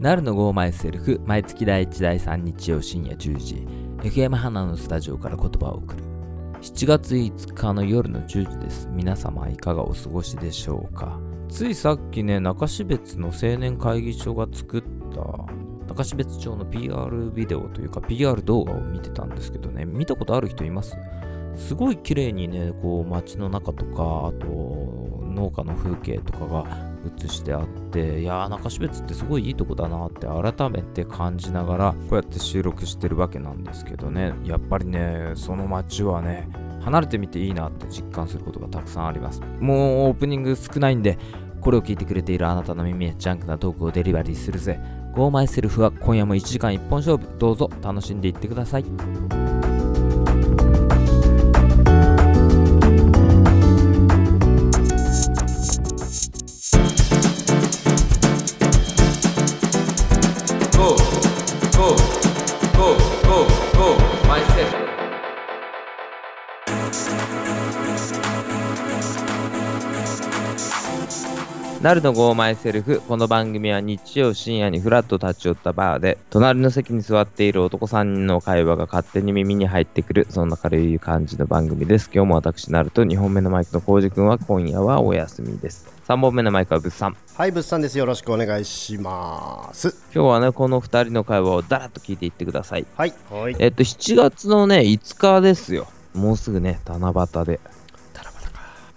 なるのゴーマイセルフ毎月第1第3日曜深夜10時 FM 花のスタジオから言葉を送る7月5日の夜の10時です皆様いかがお過ごしでしょうかついさっきね中標津の青年会議所が作った中標津町の PR ビデオというか PR 動画を見てたんですけどね見たことある人いますすごい綺麗にねこう街の中とかあと農家の風景とかが映してあっていやー中標津ってすごいいいとこだなって改めて感じながらこうやって収録してるわけなんですけどねやっぱりねその街はね離れてみていいなって実感することがたくさんありますもうオープニング少ないんでこれを聞いてくれているあなたの耳へジャンクなトークをデリバリーするぜ Go Myself は今夜も1時間1本勝負どうぞ楽しんでいってくださいなるのゴーマイセルフこの番組は日曜深夜にフラッと立ち寄ったバーで隣の席に座っている男3人の会話が勝手に耳に入ってくるそんな軽い感じの番組です今日も私なると2本目のマイクの浩二君は今夜はお休みです3本目のマイクはぶっさんはい、物産です。よろしくお願いします。今日はねこの2人の会話をだらっと聞いていってくださいはい。はい。えっと7月のね5日ですよもうすぐね七夕で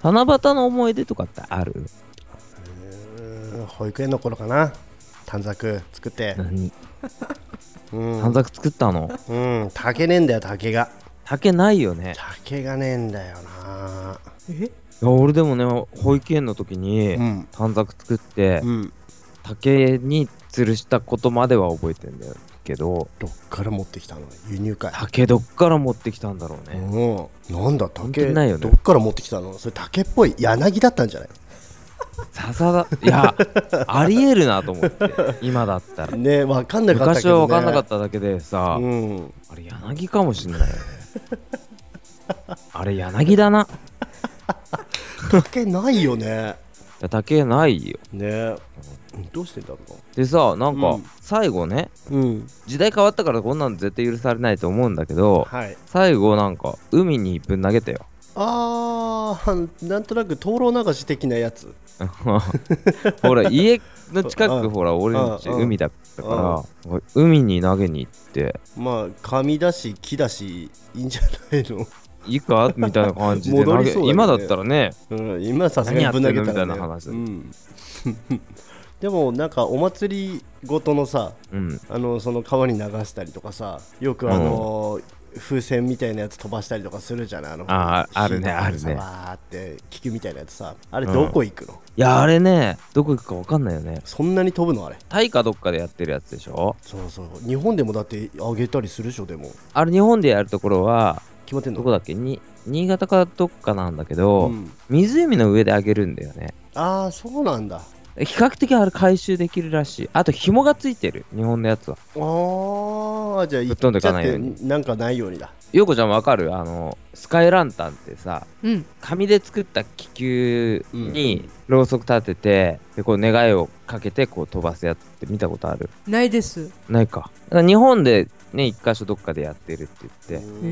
七夕の思い出とかってある保育園の頃かな。短冊作って。何うん。短冊作ったのうん。竹ねえんだよ、竹が。竹ないよね竹がねえんだよな。いや俺でもね保育園の時にうん。短冊作ってうん。竹に吊るしたことまでは覚えてんだけどどっから持ってきたの輸入会。竹どっから持ってきたんだろうねうん。なんだ、関竹。係ないよねどっから持ってきたのそれ竹っぽい柳だったんじゃない笹だい やありえるなと思って今だったらねえ、わかんなかったけ昔はど、ね。。分かんなかったただけでさうん。あれ柳かもしんないよねあれ柳だな竹ないよね。竹ないよねえ。どうしてんだろでさなんうかん最後ねううん。時代変わったからこんなの絶対許されないと思うんだけどはい。最後なんか海にぶん投げてよ あー、なんとなく灯籠流し的なやつ。ほら家の近うくんほら俺んちうん海だったから海に投げに行ってまあ紙だし木だしいいんじゃないの、いいかみたいな感じで投 戻りげそうだよね今だったらねうん、 今さすがにぶん投げた何やってんのみたら、ね、いな話うん でもなんかお祭りごとのさうんあのその川に流したりとかさよくあの風船みたいなやつ飛ばしたりとかするじゃないあのあーあるね火の中でさあるねわーって気球みたいなやつさあれどこ行くの、いやあれねどこ行くか分かんないよねそんなに飛ぶのあれタイかどっかでやってるやつでしょそうそう日本でもだってあげたりするでしょでもあれ日本でやるところは決まってんのどこだっけに新潟かどっかなんだけど、うん湖の上であげるんだよねああそうなんだ比較的あれ回収できるらしいあと紐がついてる日本のやつはああじゃあぶ行っ飛んでっちかゃっないよてうになんかないようにだ陽子ちゃんわかるあのスカイランタンってさうん、紙で作った気球にろうそく立てて、でこう願いをかけてこう飛ばすやつって見たことあるないです。ないかなんか日本でね一箇所どっかでやってるって言ってう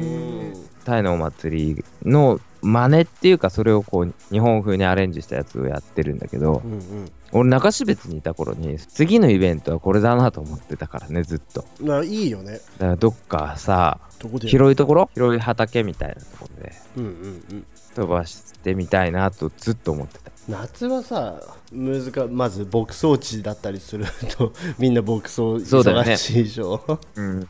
んタイのお祭りの真似っていうかそれをこう日本風にアレンジしたやつをやってるんだけどうん俺中標津にいた頃に次のイベントはこれだなと思ってたからねずっとうん、ならいいよねだからどっかさどこで広いところ広い畑みたいなところでうんうんうん飛ばしてみたいなとずっと思ってた夏はさ難かまず牧草地だったりすると みんな牧草そうだよね忙しいでしょ、うん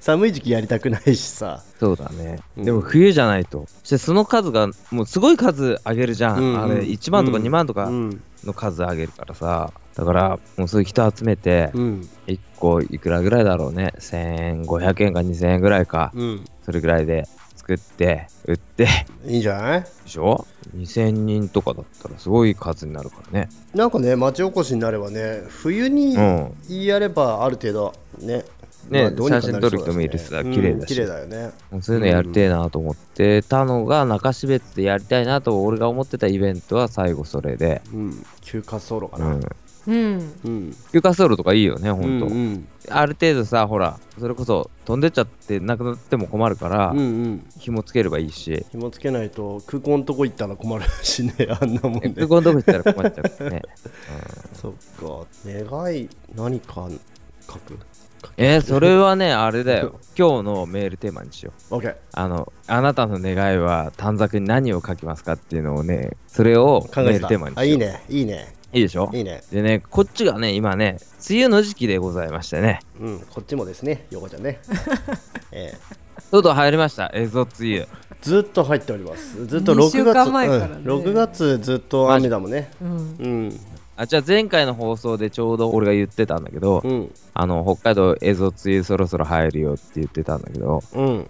寒い時期やりたくないしさそうだね、うんでも冬じゃないとそしてその数がもうすごい数上げるじゃん、うんあれ1万とかうん2万とうかんの数上げるからさだからもうそういう人集めてうん1個いくらぐらいだろうね1500円か2000円ぐらいかうんそれぐらいで作って売っていいんじゃないでしょ2000人とかだったらすごい数になるからねなんかね町おこしになればね冬にうんやればある程度ねねまあどうにかなりそうだし写真撮る人もいるしさうん綺麗だし綺麗だよねもうそういうのやりてえなと思ってたのが中標津でやりたいなと俺が思ってたイベントは最後それで、うん休暇ソロかうな、ん、うんうんユカソールとかいいよね、ほんと。うんうんある程度さ、ほら、それこそ飛んでっちゃってなくなっても困るから、うんうん紐つければいいし、紐つけないと空港のとこ行ったら困るしねあんなもん空ね港のとこ行ったら困っちゃう からね。そっか願い何か書くえー、そ れはね、あれだよ。今日のメールテーマにしよう。 OK あの、あなたの願いは短冊に何を書きますかっていうのをね、それを考メえーてルたテーマにしよあう。いい。ねいいねいいでしょいいねでね、こっちがね、今ね、梅雨の時期でございましてね、うんこっちもですね横ちゃん ねええとうとう入りました、映像梅雨。ずっと入っておりますずっと6二月週間前からねうん、6月ずっと雨だもんねうんうんあ、じゃあ前回の放送でちょうど俺が言ってたんだけど、うんあの、北海道映像梅雨そろそろ入るよって言ってたんだけど、うん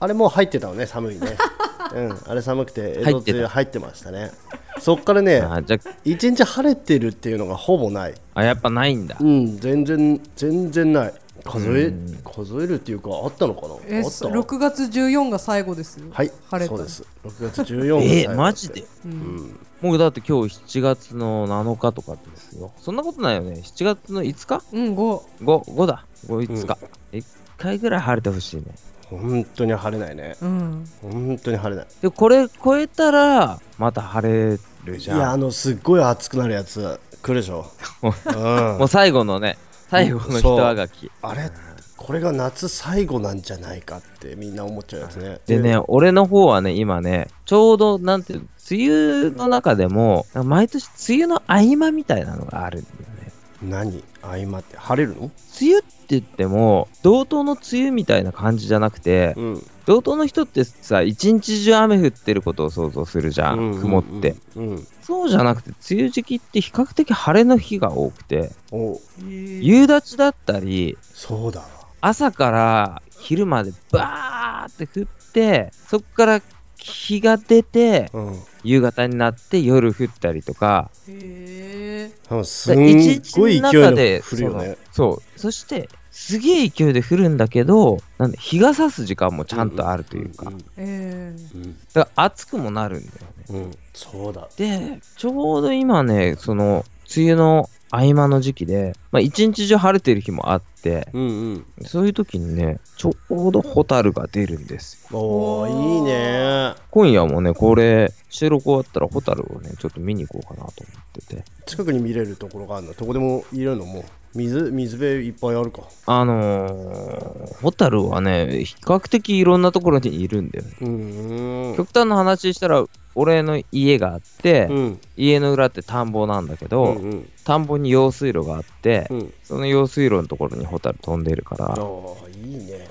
あれもう入ってたのね寒いね うんあれ寒くて江戸梅雨入ってましたねそっからねあ、じゃ一日晴れてるっていうのがほぼないあ、やっぱないんだう。ん全然全然ない数え数えるっていうかあったのかなえあった6月14が最後ですよはい晴れたそうです6月14日えー、マジでうんもうだって今日7月の7日とかですよ。そんなことないよね。7月の5日うん5 ?5、5だ。5、5日。1回ぐらい晴れてほしいね。本当に晴れないねうん本当に晴れないで、これ超えたら、また晴れるいじやゃあん。のすっごい暑くなるやつ来るでし ょ、うん、もう最後のね、最後の人あがき。あれこれが夏最後なんじゃないかってみんな思っちゃうやつねでね、俺の方はね、今ね、ちょうど、なんていうの、梅雨の中でも、毎年梅雨の合間みたいなのがあるんだよね。何合間って晴れるの梅雨って言っても、同等の梅雨みたいな感じじゃなくて、うん同等の人ってさ一日中雨降ってることを想像するじゃん,、うん曇ってうん、うん、そうじゃなくて梅雨時期って比較的晴れの日が多くてお夕立ちだったりそうだわ朝から昼までバーって降ってそこから日が出てうん夕方になって夜降ったりとかへえ多分す一んごい日の勢い中でで降るよねそうそうそしてすげえ勢いで降るんだけどなんで日が差す時間もちゃんとあるというか,、んえうんだから暑くもなるんだよねうんうんそうだで、ちょうど今ね、その、梅雨の合間の時期で、まあ、一日中晴れてる日もあって、うんうんそういう時にね、ちょうどホタルが出るんですよ。おおーいーいね今夜もね、これ、収録終わったらホタルをね、ちょっと見に行こうかなと思ってて。近くに見れるところがあるのどこでもいるのもう水水辺いっぱいあるかあのー、ホタルはね、比較的いろんなところにいるんだよね。うんうん極端な話したら、俺の家があって、うん家の裏って田んぼなんだけうど、ん田んぼに用水路があって、うんその用水路のところにホタル飛んでるから、おーいいね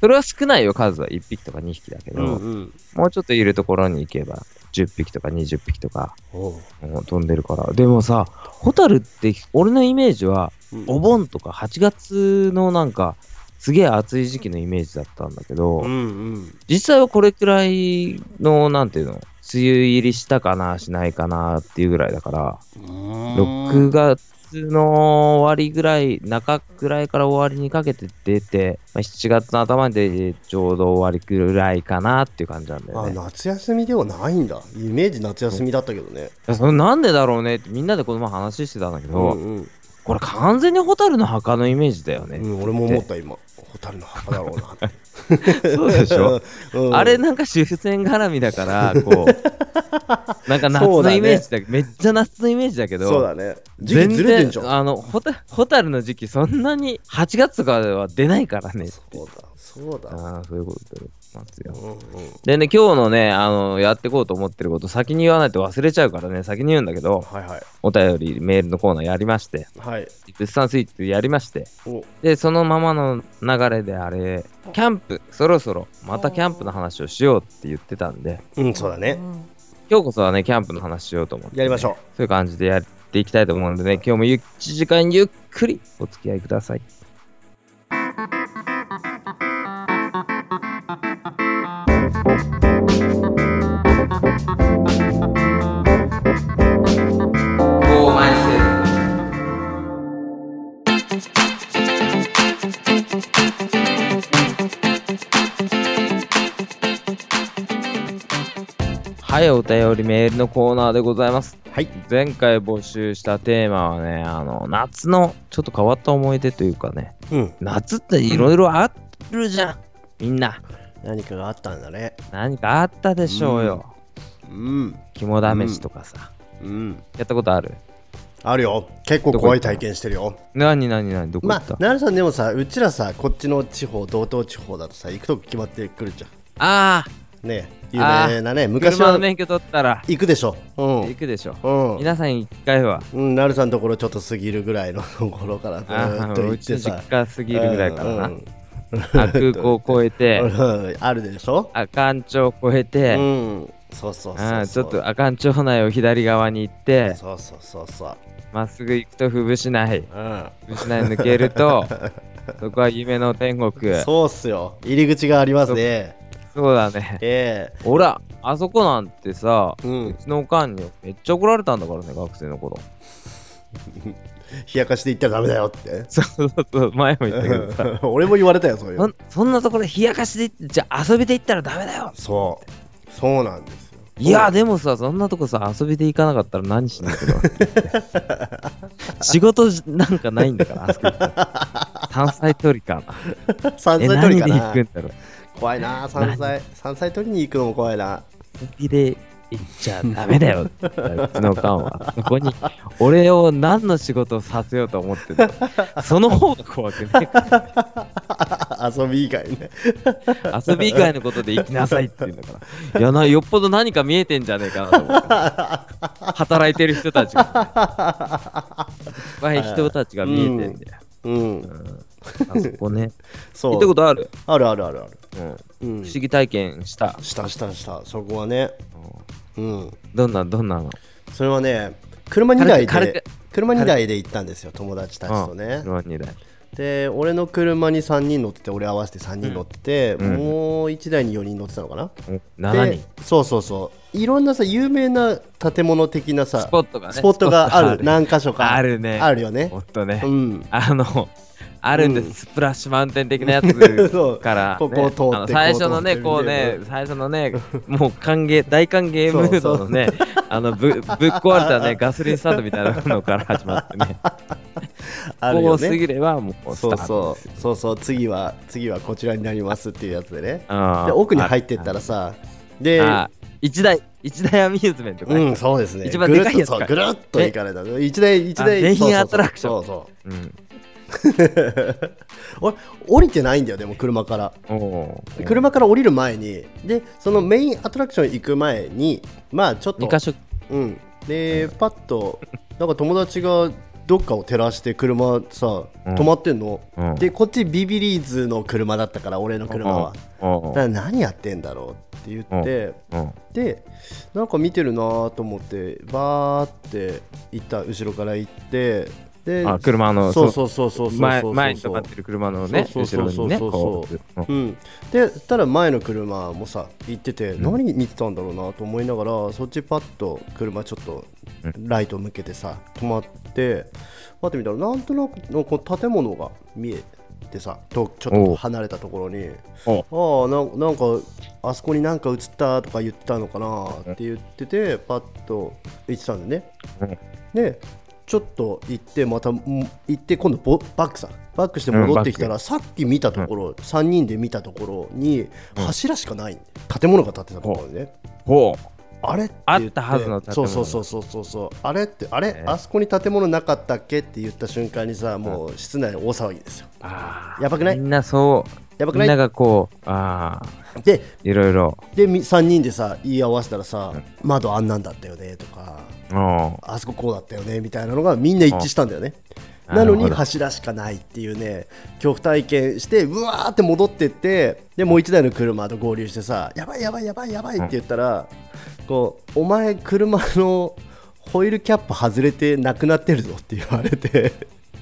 それは少ないよ、数は1匹とか2匹だけど、うんもうちょっといるところに行けば、10匹とか20匹とか、おーもう飛んでるから。でもさ、ホタルって、俺のイメージは、うんお盆とか8月のなんか、すげえ暑い時期のイメージだったんだけど、うんうん実際はこれくらいの、なんていうの、梅雨入りしたかな、しないかなっていうぐらいだから、6月の終わりぐらい、中ぐらいから終わりにかけて出て、まあ、7月の頭でちょうど終わりぐらいかなっていう感じなんだよあね。夏休みではないんだイメージ夏休みだったけどねいやそれなんでだろうねってみんなでこの前話してたんだけうど、んうんこれ完全にホタルの墓のイメージだよね。うん俺も思った今蛍の墓だろうなって そうでしょ、うんあれなんか終戦絡みだから、こう、 なんか夏そのうだねイメージだけど、めっちゃ夏のイメージだけど、そうだね時全然期ずれてんじゃんあのホタホタルの時期そんなに8月とかは出ないからねってそうだそうだああ、そういうことでなんですよ。うんうんでね、今日のね、あの、やってこうと思ってること、先に言わないと忘れちゃうからね、先に言うんだけど、はいはいお便り、メールのコーナーやりまして、はい物産スイーツやりまして、おで、そのままの流れであれ、キャンプ、そろそろ、またキャンプの話をしようって言ってたんで、うんそうだえね今日こそはね、キャンプの話しようと思って、やりましょうそういう感じでやっていきたいと思うのでね、今日もゆ1時間ゆっくりお付き合いください。はい、お便りメールのコーナーでございます。はい前回募集したテーマはねあの夏のちょっと変わった思い出というかねうん夏っていろいろあるじゃん、みんな何かがあったんだね何かあったでしょうよ、うん肝試しとかさ、うんやったことあるあるよ結構怖い体験してるよ何何何どこ行まあった、奈良さんでもさうちらさこっちの地方道東地方だとさ行くとこ決まってくるじゃんああね有あー名なね昔車はの免許取ったら行くでしょうん行くでしょ、うん皆さん一回はうん、なるさんのところちょっと過ぎるぐらいのところからずあーっあと行うっちの実てさ家過ぎるぐらいからな、うんあ空港越えうてんうんあるでしょ阿寒町越えうて、んそうそあうそうそうあちょっと阿寒町内を左側に行ってそうそうそうそうまっすぐ行くとふぶしないうんふぶしない抜ける とそこは夢の天国そそうっすよ入り口がありますねうだねえほらあそこなんてさ、えうちのおかんにめっちゃ怒られたんだからね学生の頃うん冷やかして行ったらダメだよってそうそうそう前も言ったけどさ 俺も言われたよそういそうんそんなところ冷やかしで行ってじゃあ遊びで行ったらダメだよそうそうな んですよいやでもさそんなとこさ遊びで行かなかったら何しに行くの 仕事じなんかないんだからあそこ行ったら山菜取りかな山え菜取何りかで行なくんだろう怖いな山菜山菜取りに行くのも怖いな本気で行っちゃダメだ よって言ったうちのおかんはそこに俺を何の仕事をさせようと思ってんだその方が怖くね遊び以外ね遊び以外のことで行きなさいって言うんだからいやなよっぽど何か見えてんじゃねえかなと思って働いてる人たちがいっぱい人たちが見えてんだよ、うんあそこねそう行ったことある、あるあるあるあるうんう不ん思議体験したしたしたしたそこはねうんどんなどんなのそれはね車2台軽くで車2台で行ったんですよ友達たちとねうん二台で俺の車に3人乗ってて俺合わせて3人乗ってて、んもう1台に4人乗ってたのかな、お7で人そうそうそういろんなさ有名な建物的なさスポットがねスポットがあるスポットがあ何箇所かあるねあるよねおっとね、うんあの、あるんです、うんスプラッシュマウンテン的なや そうつから、ね、ここを通ってあの最初のね、ここうう通ってね、最初のね、もう歓迎、大歓迎ムードのね、あのぶぶっ壊れたね、ガソリンスタンドみたいなのから始まってね、 あるこよう過ねぎればもうスそタうートそです。うそうそう次は次はこちらになりますっていうやつでねあーで奥に入ってったらさあでー一大、一大アミューズメントか、うん、そうですね。一番でかいやつぐるっとそかうぐるっと行かれた。一台一台あメインそうそうそうアトラクションそうそう。うん。俺降りてないんだよでも車からおでー車から降りる前にでそのメインアトラクション行く前にまあちょっと二箇所、うんでパッとなんか友達がどっかを照らして車さうん止まってんの、うんでこっちビビリーズの車だったから俺の車は、おだーから何やってんだろうって言って、うんでなんか見てるなと思ってバーって行った後ろから行ってであ車のそうそそうそうそうそうそう前前に止まってる車のね、そう後そろうそにうね、そうそうこそうう。うん、でたら前の車もさ行ってて、何見てたんだろうなと思いながらそっちパッと車ちょっとライト向けてさ止まって待ってみたらなんとなくのこう建物が見えてさとちょっおとう離れたところにおうああなんなんかあそこになんか映ったとか言ってたのかなって言っててパッと行ってたんだよねうんでちょっと行ってまたん行って今度ボバックさバックして戻ってきたら、さっき見たところ、3人で見たところに柱しかない、建物が建ってたところでね、ほうあれってあ言っってたはずの建物そうそうそうそうそうあれってあれ、ねあそこに建物なかったっけって言った瞬間にさもう室内大騒ぎですよあーやばくないみんなそうやばくみんなないがこうああでいろいろでみ3人でさ言い合わせたらさ、窓あんなんだったよねとかうんあそここうだったよねみたいなのがみんな一致したんだよねあなのなにるほど柱しかないっていうね恐怖体験してうわーって戻ってってでもう一台の車と合流してさやばいやばいやばいやばいって言ったら、こうお前車のホイールキャップ外れてなくなってるぞって言われ て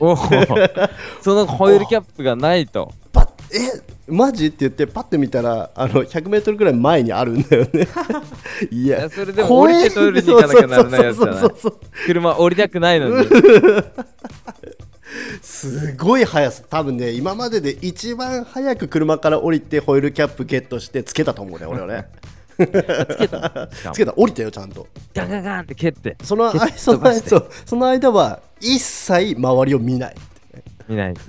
おお そのホイールキャップがないとパッえマジって言ってパッて見たらあの 100m ぐらい前にあるんだよ ねいいややそれでも降りてトイレに行かなきゃならないやつじゃなそいうそうそうそうそう車降りたくないのにすごい速さ多分ね今までで一番早く車から降りてホイールキャップゲットしてつけたと思うね俺はねつけたのしかもつけた降りたよちゃんとガンガンガンって蹴ってそのあ蹴っそ飛のばしてそうその間は一切周りを見ない見 ないんだあ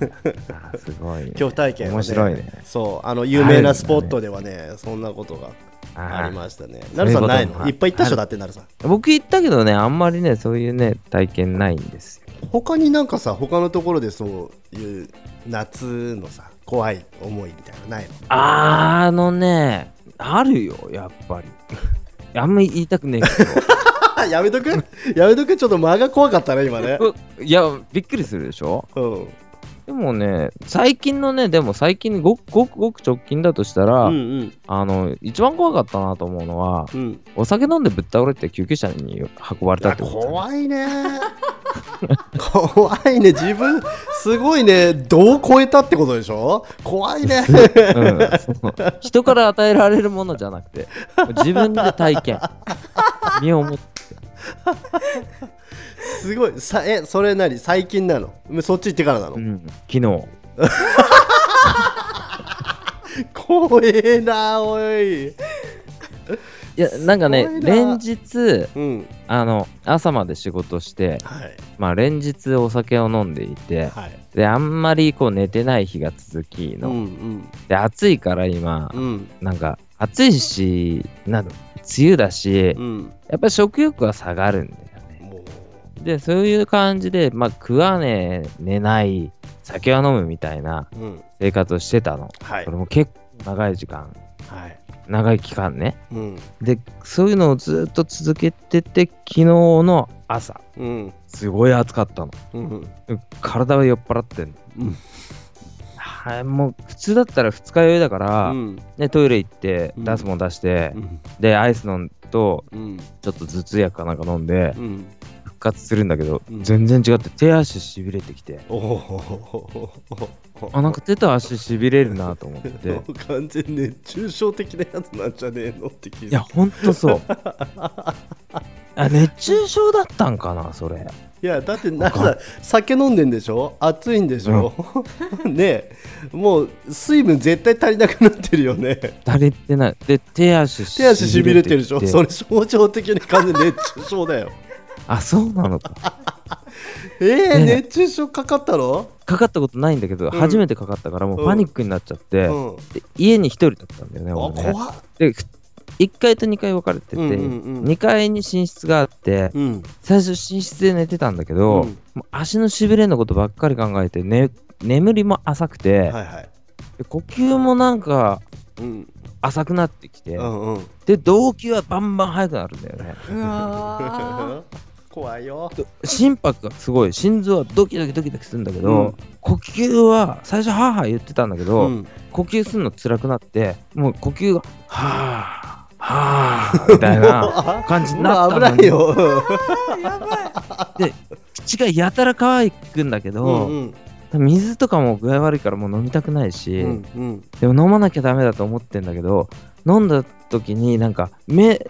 ーすごいね恐怖体験は、ね、面白いねそうあの有名なスポットではねそんなことがありましたねなるさんなそういいうことのもいっぱい行ったっしょだってなるさん僕行ったけどねあんまりねそういうね体験ないんですよ他になんかさ他のところでそういう夏のさ怖い思いみたいなのないのあのねあるよやっぱりあんまり 言いたくねえけどあやめとくやめとくちょっと間が怖かったね今 ねういやびっくりするでしょうんでもね最近のねでも最近ごくごくごく直近だとしたら、うんうんあの一番怖かったなと思うのはうんお酒飲んでぶっ倒れて救急車に運ばれたってこと怖いね怖いね自分すごいねどう超えたってことでしょ怖いねうん そう人から与えられるものじゃなくて自分で体 験身をもってすごいさえそれ何最近なのそっち行ってからなの、うん昨日怖えなおいいやなんかねすごいな連日うんあの朝まで仕事してはいまあ連日お酒を飲んでいてはいであんまりこう寝てない日が続きうの、んで暑いから今、うんうんなんか暑いしなんだ梅雨だし、うんやっぱり食欲は下がるんだよねもうでそういう感じで、まあ、食わねえ寝ない酒は飲むみたいなうん生活をしてたのはいこれも結構長い時間はい長い期間ねうんでそういうのをずっと続けてて昨日の朝うんすごい暑かったのうん体は酔っ払ってんの、うんはいもう普通だったら二日酔いだから、うんね、トイレ行ってうん出すもん出して、うんでアイス飲んとうんちょっと頭痛薬かなんか飲んでうん復活するんだけど、うん全然違って手足しびれてきておおあなんか手と足しびれるなと思って 完全熱中症的なやつなんじゃねえのって気いやづいほんとそう あ熱中症だったんかなそれいやだってなんか酒飲んでんでしょ暑いんでしょ、 ねえもう水分絶対足りなくなってるよね足りてないで手足し手足しびれてるでしょきそれ象徴的に完全熱中症 だよあそうなの かえー、ね熱中症かかったのかかったことないんだけど、ん初めてかかったからもうパニックになっちゃって、うんあで家に一人だったんだよね怖俺っねで1階と2階分かれてて、うんうんうん2階に寝室があって、うん最初寝室で寝てたんだけど、うんもう足のしびれのことばっかり考えて、ね、眠りも浅くて、はいはいで呼吸もなんかうん浅くなってきて、うんうんで動悸はバンバン速くなるんだよねうわ 怖いよで心拍がすごい心臓はドキドキドキドキするんだけど、うん呼吸は最初はあはあ言ってたんだけど、うん呼吸するの辛くなってもう呼吸がはあはあみたいな感じになったうのわに 危ないよーやばい口がやたら乾くんだけうど、んうん水とかも具合悪いからもう飲みたくないし、うんうんでも飲まなきゃダメだと思ってんだけど飲んだ時になんか目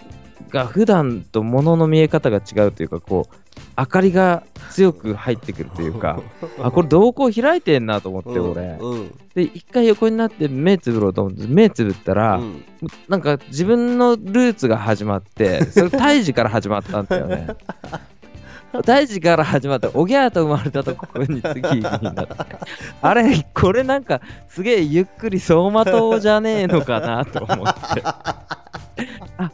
が普段と物の見え方が違うというかこう明かりが強く入ってくるというかあこれ瞳孔開いてんなと思ってうん俺、うんで一回横になって目つぶろうと思って目つぶったら、うんなんか自分のルーツが始まってそれ胎児から始まったんだよ ね胎児から始まっておぎゃーと生まれたとここに次になってあれこれなんかすげえゆっくり走馬灯じゃねえのかなと思って あ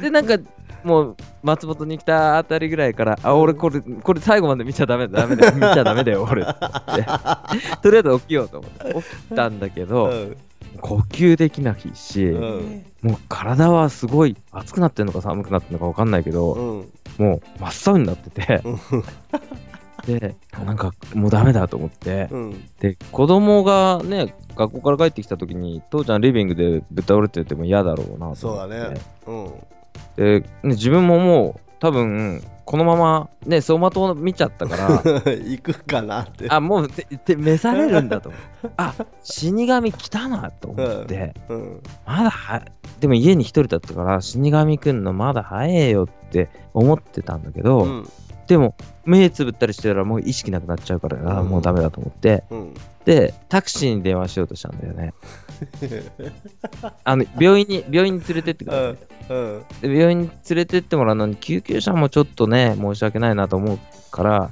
でなんかもう松本に来たあたりぐらいからあ俺これこれ最後まで見ちゃダメだダメだよ見ちゃダメだよ俺と思ってとりあえず起きようと思って起きたんだけど、うん呼吸できないし、 うんもう体はすごい暑くなってるのか寒くなってるのか分かんないけうど、んもう真っ青になってて、でなんかもうダメだと思って、うんで子供がね学校から帰ってきた時に父ちゃんリビングでぶっ倒れてても嫌だろうなとそう思ってだねうんでね自分ももう多分このままね走馬灯見ちゃった から行くかなってあもうてて召されるんだと思ってあ死神来たなと思って。うんまだは、でも家に一人だったから、死神くんのまだ早えよって思ってたんだけど、うんでも、目つぶったりしてたらもう意識なくなっちゃうから、あーうんもうダメだと思って、うんで、タクシーに電話しようとしたんだよね。あの病院に、病院に連れてってください。うんで病院に連れてってもらうのに救急車もちょっとね申し訳ないなと思うから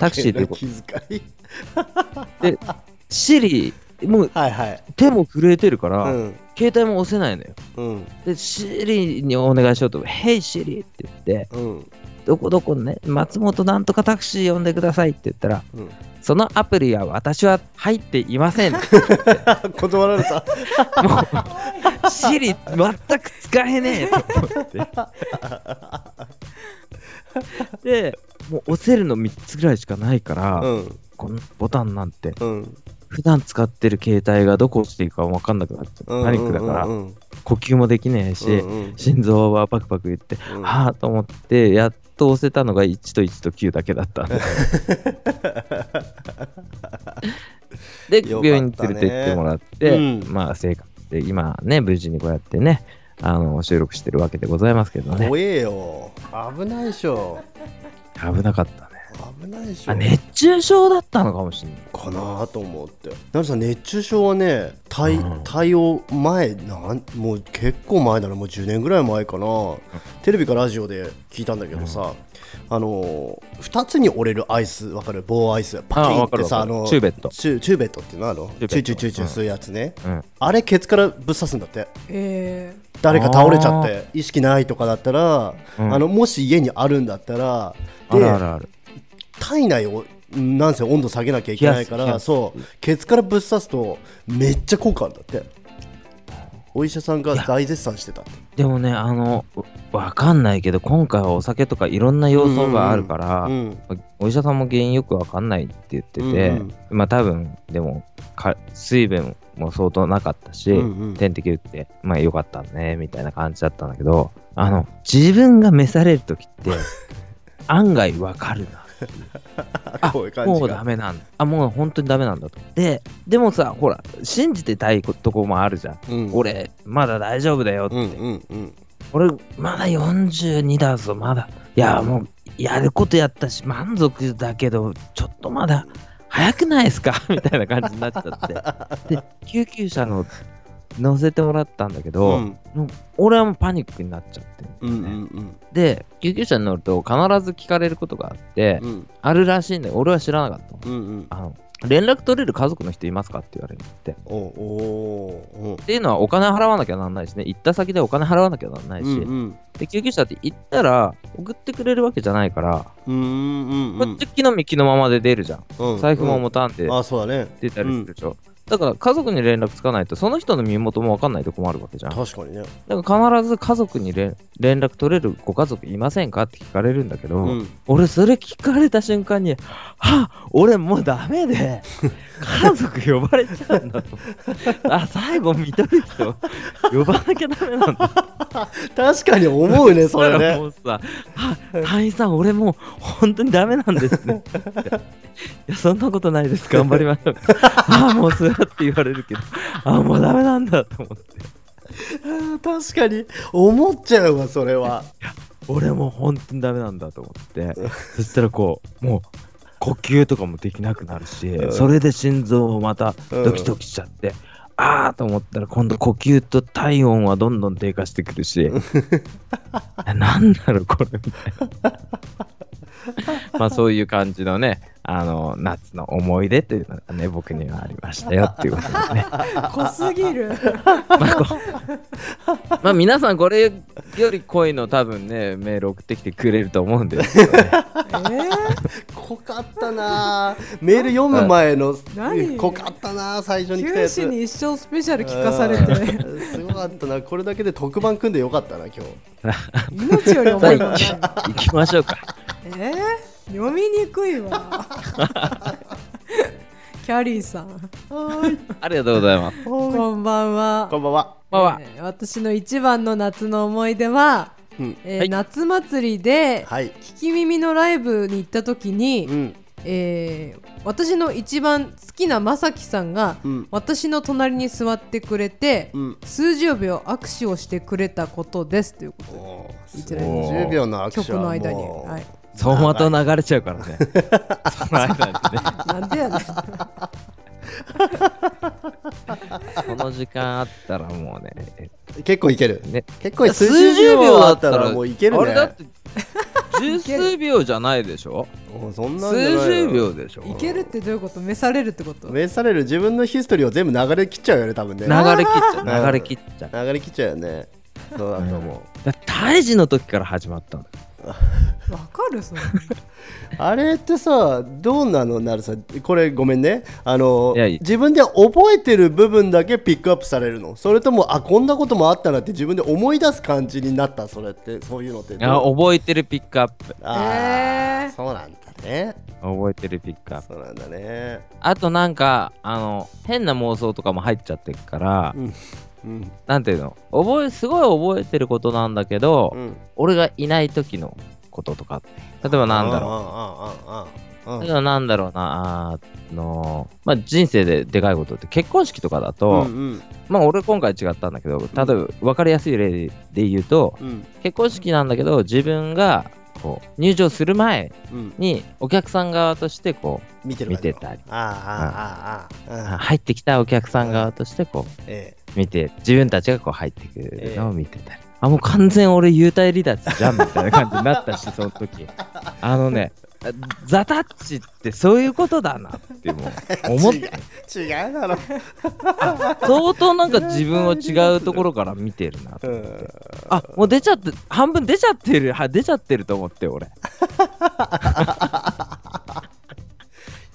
タクシーで余計な行こう気遣いシリもうはいはい手も震えてるから、うん携帯も押せないのようんでシリにお願いしようと「ヘイシリ」って言ってうん「どこどこね松本なんとかタクシー呼んでください」って言ったらうん「そのアプリは私は入っていま せん」も断られたうシリ全く使えねえと思ってでもう押せるの3つぐらいしかないから、うんこのボタンなんてうん普段使ってる携帯がどこ落ちていくか分かんなくなっちゃううんパニックだから、うん呼吸もできねえし、うん心臓はパクパク言って、うんはあと思ってやっと押せたのが1と1と9だけだ ったんででよかったね病院に連れて行ってもらって、うんまあ生活して今ね無事にこうやってねあの収録してるわけでございますけどね怖えよ危ないでしょ危なかったね危ないでしょあ熱中症だったのかもしれないかなと思ってなるさん熱中症はね対うん対応前なんもう結構前だなもう10年ぐらい前かなテレビかラジオで聞いたんだけどさ、あの2つに折れるアイスわかる棒アイスパキンあっわかてるさあわかるのチューベットチュチューベットっていうのあのチチューベッュトーチューチューチュー吸うやつね、うんあれケツからぶっ刺すんだってえ誰か倒れちゃって意識ないとかだったら、うんあのもし家にあるんだったらあるあるある体内をなんせ温度下げなきゃいけないか冷らやすそうケツからぶっ刺すとめっちゃ効果あるんだってお医者さんが大絶賛してたってでもね、あの、わかんないけど、今回はお酒とかいろんな要素があるから、うんお医者さんも原因よくわかんないって言ってて、うんまあ多分、でもか、水分も相当なかったし、うんうん点滴打って、まあよかったね、みたいな感じだったんだけど、あの、自分が召されるとき って、案外わかるな。あこういう感じもうダがメなんだ。あ、もう本当にダメなんだと。で、でもさ、ほら、信じてたいことこもあるじゃん。うん俺、まだ大丈夫だよって。うんうんうん俺まだ42だぞまだいやもうやることやったし満足だけどちょっとまだ早くないですか みたいな感じになっちゃってで救急車の乗せてもらったんだけうど、ん俺はもうパニックになっちゃってるんだうんうよね、んで救急車に乗ると必ず聞かれることがあって、うんうんあるらしいんだよ俺は知らなかったのうんうんあの連絡取れる家族の人いますかって言われるんだっておおーっていうのはお金払わなきゃなんないしね行った先でお金払わなきゃなんないし、うんうんで救急車って行ったら送ってくれるわけじゃないから、うんうんうんこっち気の身気のままで出るじゃん、うん財布も持たんであそうだね出たりするでしょ、だから家族に連絡つかないとその人の身元も分かんないと困るわけじゃんだ確かにねから必ず家族に連連絡取れるご家族いませんかって聞かれるんだけど、うん俺それ聞かれた瞬間にはっ俺もうダメで家族呼ばれちゃうんだ とあ最後見とる人呼ばなきゃダメなんだ確かに思うねそれだ からねもうさ、あ隊員さん、俺もう本当にダメなんです ね。いや、そんなことないです、頑張りましょう。ああ、もうそうやって言われるけど、ああ、もうダメなんだと思って、あー確かに思っちゃうわそれは俺もう本当にダメなんだと思 って、そしたらこう、もう呼吸とかもできなくなるし、うんそれで心臓もまたドキドキしちゃって。ああと思ったら今度呼吸と体温はどんどん低下してくるし なんだろうこれみたい なまあそういう感じのねあの夏の思い出というのがね僕にはありましたよっていうことです ね ー、濃すぎる。まあこうまあ皆さんこれより濃いの多分ねメール送ってきてくれると思うんですよ、ね、 えー、濃かったなあメール読む前の何濃かったなあ最初に来た九や死つに一生スペシャル聞かされて、うんすごかったなこれだけで特番組んでよかったな今日命より重いもんね。 行きましょうかえー、読みにくい わ。キャリーさん、ありがとうございますここんばんは。んばんはこんばんはえー私の一番の夏の思い出は、うんえーはい夏祭りで、はい聞き耳のライブに行った時に、うんえー私の一番好きなまさきさんが、うん私の隣に座ってくれて、うん数十秒握手をしてくれたことですということでおいーただきます10秒のアクシ曲ョンの間に、もうはい、走馬 灯流れちゃうからねその間にねなんでやねんの時間あったらもうね、結構いける、ね結構数十秒あったらもういけるねあれだって、十数秒じゃないでしょもうそんなんじゃない数十の秒でしょいけるってどういうこと召されるってこと召される自分のヒストリーを全部流れ切っちゃうよね多分ね流れ切っちあゃーう、流れ切っちゃう。流れ切っちゃうよねそうだと思だって胎児の時から始まったの。わかるそれう、あれってさどうなのなるさこれごめんねあのいやいい自分で覚えてる部分だけピックアップされるのそれともあこんなこともあったなって自分で思い出す感じになったそれってそういうのってあ覚えてるピックアップ。あー、へーそうなんだね覚えてるピックアップ。そうなんだねあとなんか、あの、変な妄想とかも入っちゃってるから、うんなんていうの覚え、すごい覚えてることなんだけど、うん俺がいない時のこととか。例えばなんだろう。ろうんうんうんうだんからなんだろうな、あの、まあ、人生ででかいことって、結婚式とかだと、うんまあ、俺今回違ったんだけど、例えば分かりやすい例で言うと、うんうん結婚式なんだけど、自分がこう入場する前うんに、お客さん側としてこう、見てる見てたり、あーあーあーあーあー入ってきたお客さん側としてこう、え見て、自分たちがこう入ってくるのを見てたり。あ、もう完全俺幽体離脱じゃんみたいな感じになった し、その時。あのね、ザタッチってそういうことだなってもう思って。え 違うだろ相当なんか自分を違うところから見てるなと思って、うんあもう出ちゃって半分出ちゃってるは出ちゃってると思って俺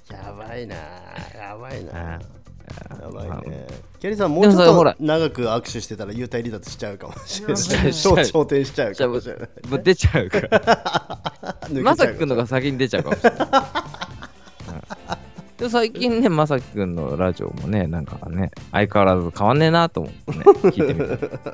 やばいなやばいなあやばいねケリーさんもうでちもょっそれほらと長く握手してたら幽体離脱しちゃうかもしれないし ちゃうしちゃう焦点しちゃうじゃあかももうしれないもう出ちゃうから抜けちゃうまさきくんのが先に出ちゃうかもしれない、うんで最近ねまさきくんのラジオもねなんかね相変わらず変わんねえなと思ってね聞いてみた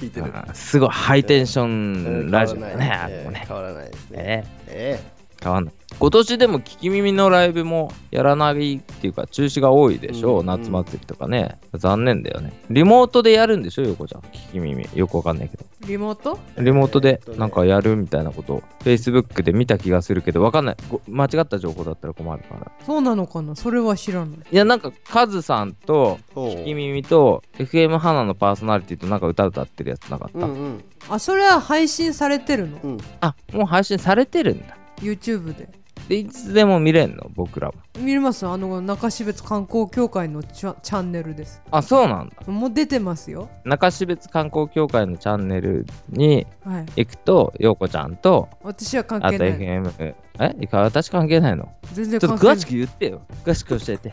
聞いてる らうんすごいハイテンショうんン変わラジらオだないねあれもねね変わらないですねえええ変わんない今年でも聞き耳のライブもやらないっていうか中止が多いでしょ、うん夏祭りとかね残念だよねリモートでやるんでしょ横ちゃん聞き耳よくわかんないけどリモートリモートえーでっとねなんかやるみたいなことを Facebook で見た気がするけどわかんないご間違った情報だったら困るからそうなのかなそれは知らないいやなんかカズさんとほう聞き耳と FM 花のパーソナリティとなんか歌歌ってるやつなかった、うんうんあそれは配信されてるのうんあもう配信されてるんだ YouTube ででいつでも見れんの僕らは見れますあの中標津観光協会のチャチャンネルですあそうなんだもう出てますよ中標津観光協会のチャンネルにはい行くと、陽子ちゃんと、私は関あと係ない FM、えいか私関係ないの全然ちょ関っと係ない詳しく言ってよ。詳しく教えて。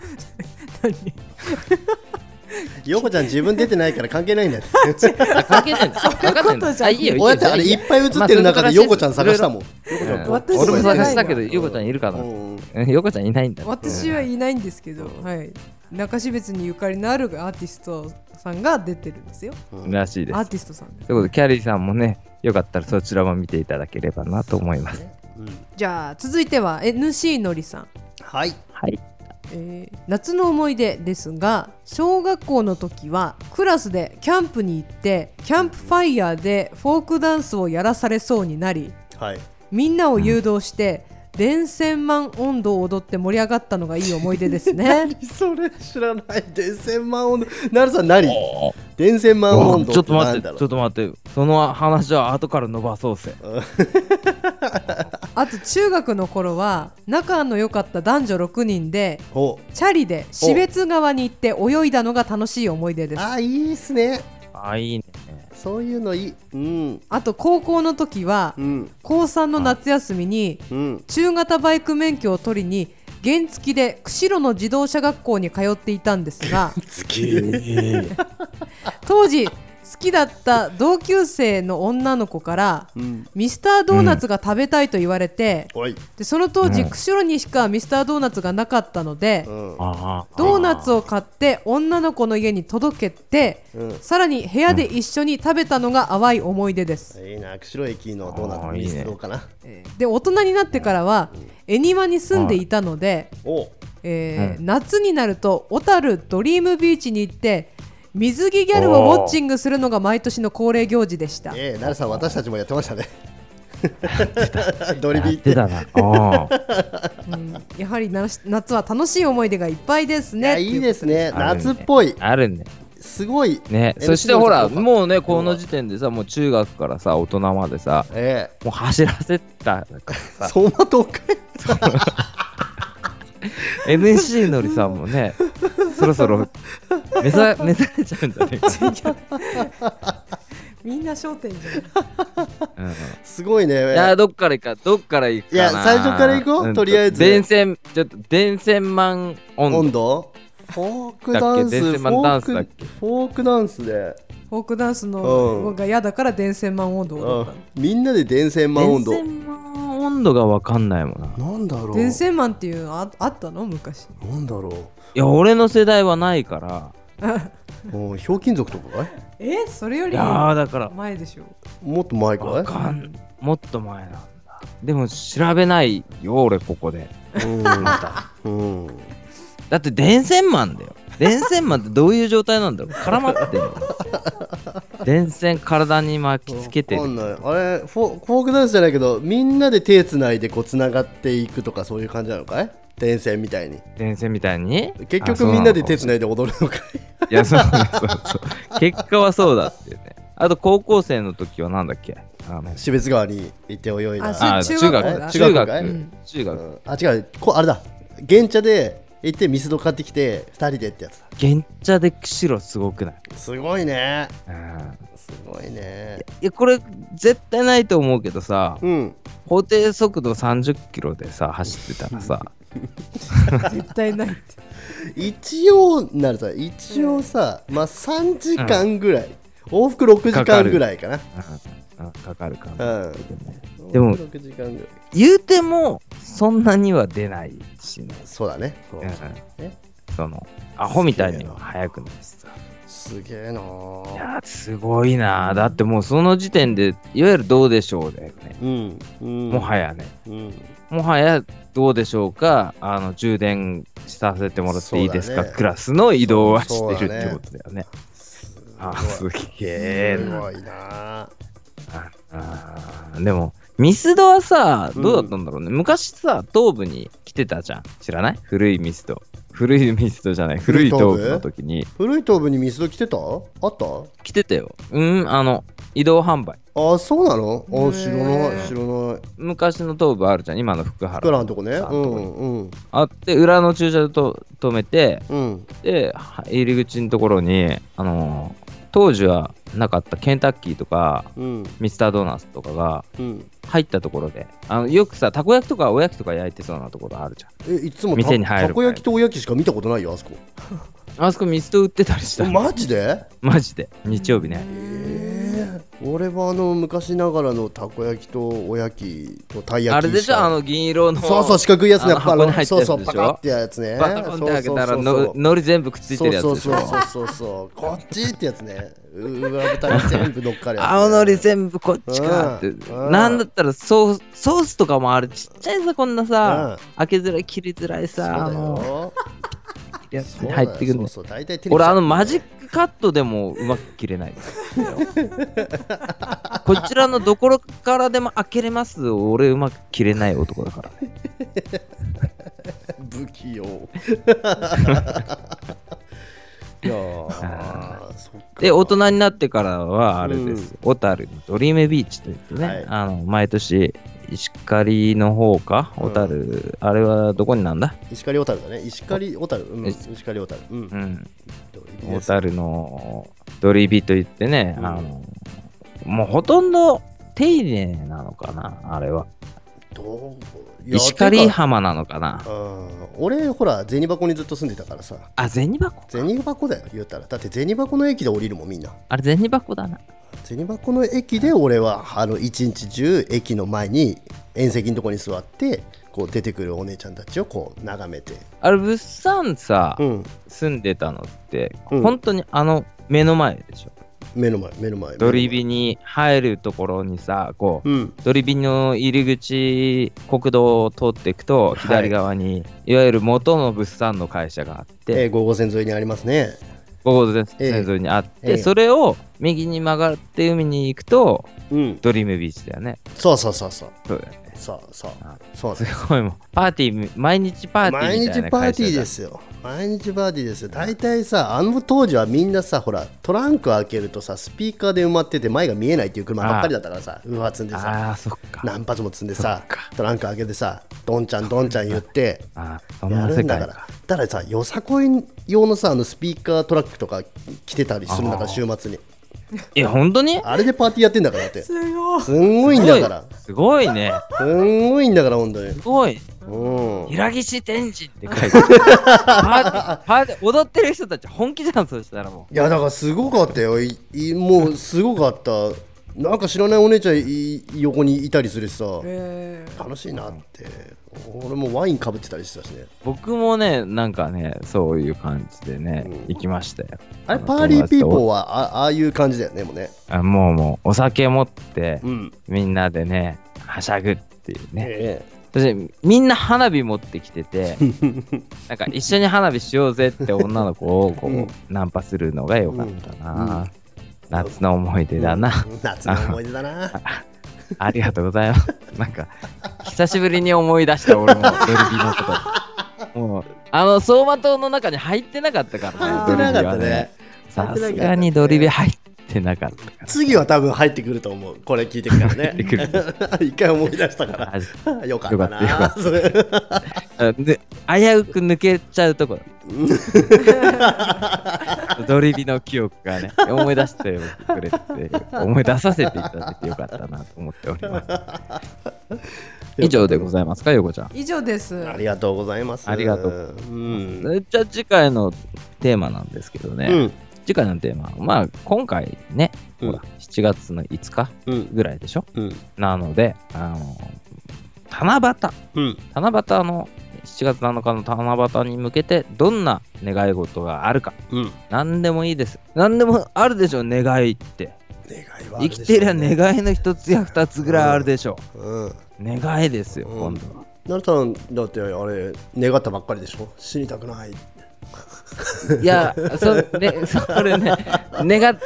ヨコちゃん自分出てないから関係ない んだよあ関係ない の分かんないのことじゃあ、いいよ、いいこうやよってあれいいいよっぱい映ってる中でヨコちゃん探したもんうん私俺もじゃない探したけど、陽子ちゃんいるかうな。んうん陽子ちゃんいないんだ。私はいないんですけど、はい、中標津にゆかりのあるアーティストさんが出てるんですよらしいでアーす。ティストさんですということで、キャリーさんもね、よかったらそちらも見ていただければなと思います。うんじゃあ続いては NC のりさん、はいはい。えー夏の思い出ですが小学校の時はクラスでキャンプに行ってキャンプファイヤーでフォークダンスをやらされそうになりはいみんなを誘導して、電線マン音頭を踊って盛り上がったのがいい思い出です ねそれ知らない電線マン温度なるさん何電線マン温度ちょっと待って、なんだろうちょっと待って。その話は後から伸ばそうせ。あと中学の頃は仲の良かった男女6人でほうチャリで標別川に行って泳いだのが楽しい思い出ですあーいいっすねあ、いいね。そういうのいいうんあと高校の時はうん高3の夏休みにうん中型バイク免許を取りに原付で釧路の自動車学校に通っていたんです が好き当時好きだった同級生の女の子からうんミスタードーナツが食べたいと言われて、おいでその当時、うん釧路にしかミスタードーナツがなかったので、うんあードーナツを買って女の子の家に届けて、うんさらに部屋で一緒に食べたのが淡い思い出です、いいな釧路駅のドーナあツーいいミねスドかなえーで大人になってからは恵庭に住んでいたので、おえーう夏になると小樽ドリームビーチに行って水着ギャルをウォッチングするのが毎年の恒例行事でしたええなるさん私たちもやってましたねドリやっビーっててたな。うん うんやはりなし夏は楽しい思い出がいっぱいですいやね。いいですねあるね夏っぽいあるね。すごいね。えそしてほら、そうかもうね、この時点でさ、もう中学からさ、大人までさ、えもう走らせた からえさ、相馬東海 NSC のりさんも ね、そろそろ目覚め目覚めちゃうんだね。みんな商店じゃん。うんすごいねいやーどっから行くかどっから行くかないいや最初から行こうとりあえず電線ちょっと電線マン温度温度フォークダンだっけ電ス線フマンォダンースクだっけフォークダンスで、フォークダンスのが嫌だから電線マン温度を踊ったのうんみんなで電線マン電温度線マン温度が分かんないもんないなんだろう電線マンっていうのああったの昔。なんだろや俺の世代はないからううんひょうきん族とかかいえそれよいりやーだから前でしょ。もっと前か分いかんもっと前なんだでも調べないよ俺ここでうん、うん、だって電線マンだよ電線マンってどういう状態なんだろう絡まってんの 電線体に巻きつけてわかるんないあれフォフォークダンスじゃないけどみんなで手つないでこうつながっていくとかそういう感じなのかい電線みたいに電線みたいに結あそ局うみんなでのかもしれ手つないで踊るのかい いや、そうそうそう。結果はそうだっていうね。あと、高校生の時はなんだっけあの、標津川に行って泳いだあそあ中中学校学、だ中中学かい学、中う学。んあ違うこあれだ現茶で行ってミスド買ってきて2人でってやつだ現茶で釧路すごくないすごいねうんすごいねいや、これ、絶対ないと思うけどさ、うん法定速度30キロでさ、走ってたらさ、絶対ないって。一応なるさ一応さ、まあ3時間ぐらい、往復6時かかる間ぐらいかなうんうんかかるかもうんでも往復6時間ぐらい言うても、そんなには出ないしね。そうだね、うんえその、アホみたいには速くないしさ。すげえなーいやーすごいなーだってもうその時点でいわゆるどうでしょうだよね、うん、うん、もはやねうん、もはやどうでしょうかあの充電させてもらっていいですそうか、だねクラスの移動はそうしてるそうっだねてことだよねあーすすごいげえすなごいなーあーでもミスドはさどうだったんだろうね、昔さ東部に来てたじゃん知らない古いミスド古いミスドじゃない古い東部古い東部の時に古い東部にミスド来てたあった来てたようんあの移動販売あそうなのあ知らなへーい知らない昔の東部あるじゃん今の福原プラのとこねさんとうこにんうんあって裏の駐車場と止めてうんでは入り口のところに、あのー当時はなかったケンタッキーとかうんミスタードーナツとかがうん入ったところであのよくさたこ焼きとかおやきとか焼いてそうなところあるじゃえいつもた店に入るたこ焼きとおやきしか見たことないよあそこんあそこミスト売ってたりしたのマジでマジで 日曜日ねええ俺はあの昔ながらのたこ焼きとおやきとたいあ焼れきでしょあの銀色のそうそう四角いやつねあの箱に入ったそやうつでしょそうパカってやつねバカコンって開けたらそうそうそうのそうのり全部くっついてるやつでそうしそうそょうそうそうこっちってやつねうわ豚に全部乗っかるやつ、ね、青のり全部こっちかって、うんうんなんだったらソースソースとかもあれちっちゃいさこんなさ、う開けづらい切りづらいそうださあのよやつに入ってくるんそうだよそう大体手に俺あのマッジックカットでもうまく切れないですよこちらのどこからでも開けれます俺うまく切れない男だからね不器用 いやーそっかで大人になってからはあれです、小樽のドリームビーチといってね、はいあの毎年石狩の方かうん小樽、あれはどこになんだ石狩小樽だね石狩小樽うんえ石狩小樽うんうんどれ小です樽のドリビといってね、うんあのもうほとんど手入れなのかなあれはどういや石狩てか浜なのかなうん俺ほら銭箱にずっと住んでたからさあ銭箱銭箱だよ言ったらだって銭箱の駅で降りるもんみんなあれ銭箱だな銭箱の駅で俺はあの一日中駅の前に縁石のとこに座ってこう出てくるお姉ちゃんたちをこう眺めてあれ物産さ、うん住んでたのって、うん本当にあの目の前でしょ目の前目の前ドリビビに入るところにさこう、うんドリビの入り口国道を通っていくと左側に、い、わゆる元の物産の会社があって、えー、5号線沿いにありますね五号線ええ沿いにあって、ええそれを右に曲がって海に行くとうんドリームビーチだよねそうそうそうそうそうだよねそうそうあそうすごいもうパーティー毎日パーティー毎みた日いなパー会社ティーですよ毎日パーティーですよ大体さあの当時はみんなさほらトランク開けるとさスピーカーで埋まってて前が見えないっていう車ばっかりだったからさうわ積んでさああーそっか何発も積んでさそっかトランク開けてさどんちゃんどんちゃん言ってあーそんやなる世んだ界からかだからさよさこい用のさあのスピーカートラックとか来てたりするんだからあー週末にえ本当にあれでパーティーやってんだからだってすすごいんごいんだからすごいねすんごいんだから本当にすごいうん平岸天神って書い てあるパーティーパーティー踊ってる人たち本気じゃんそしたらもいやだからすごかったよいいもうすごかったなんか知らないお姉ちゃんい横にいたりするしさえー楽しいなって俺もワインかぶってたりしてたしねう僕もねなんかねそういう感じでね、行きましたよあれのパーリーピーポー友達はあああいう感じだよねもうねとあもうもうお酒持ってうんみんなでねはしゃぐっていうねえそしてみんな花火持ってきて てなんか一緒に花火しようぜって女の子をこう、うんナンパするのが良かったな、うんうん夏の思い出えだな、うん 夏の思い出だ なありがとうございますなんか久しぶりに思い出した俺もドルビーの こともうあの走馬灯の中に入ってなかったから入ねっドルビーてなかはったねねさすがにドルビー入ってなかったから次は多分入ってくると思うこれ聞いてくからね入って一回思い出したかあらよかったなよかっそれあで危うく抜けちゃうとこだドリビの記憶がね思い出してくれて思い出させていただいてよかったなと思っております以上でございますか横ちゃん 以上ですありがとうございますありがとううん、じゃあ次回のテーマなんですけどね、うん次回のテーマまあ今回ねほら、う7月の5日うんぐらいでしょうんなのであの七夕うん七夕の7月7日の七夕に向けてどんな願い事があるかうん何でもいいです何でもあるでしょ願いって願い生はあるでしょうねきてりゃ願いの一つや二つぐらいあるでしょうんう願いですようん今度はなるさんだってあれ願ったばっかりでしょ死にたくないいやそ,、ね、それね願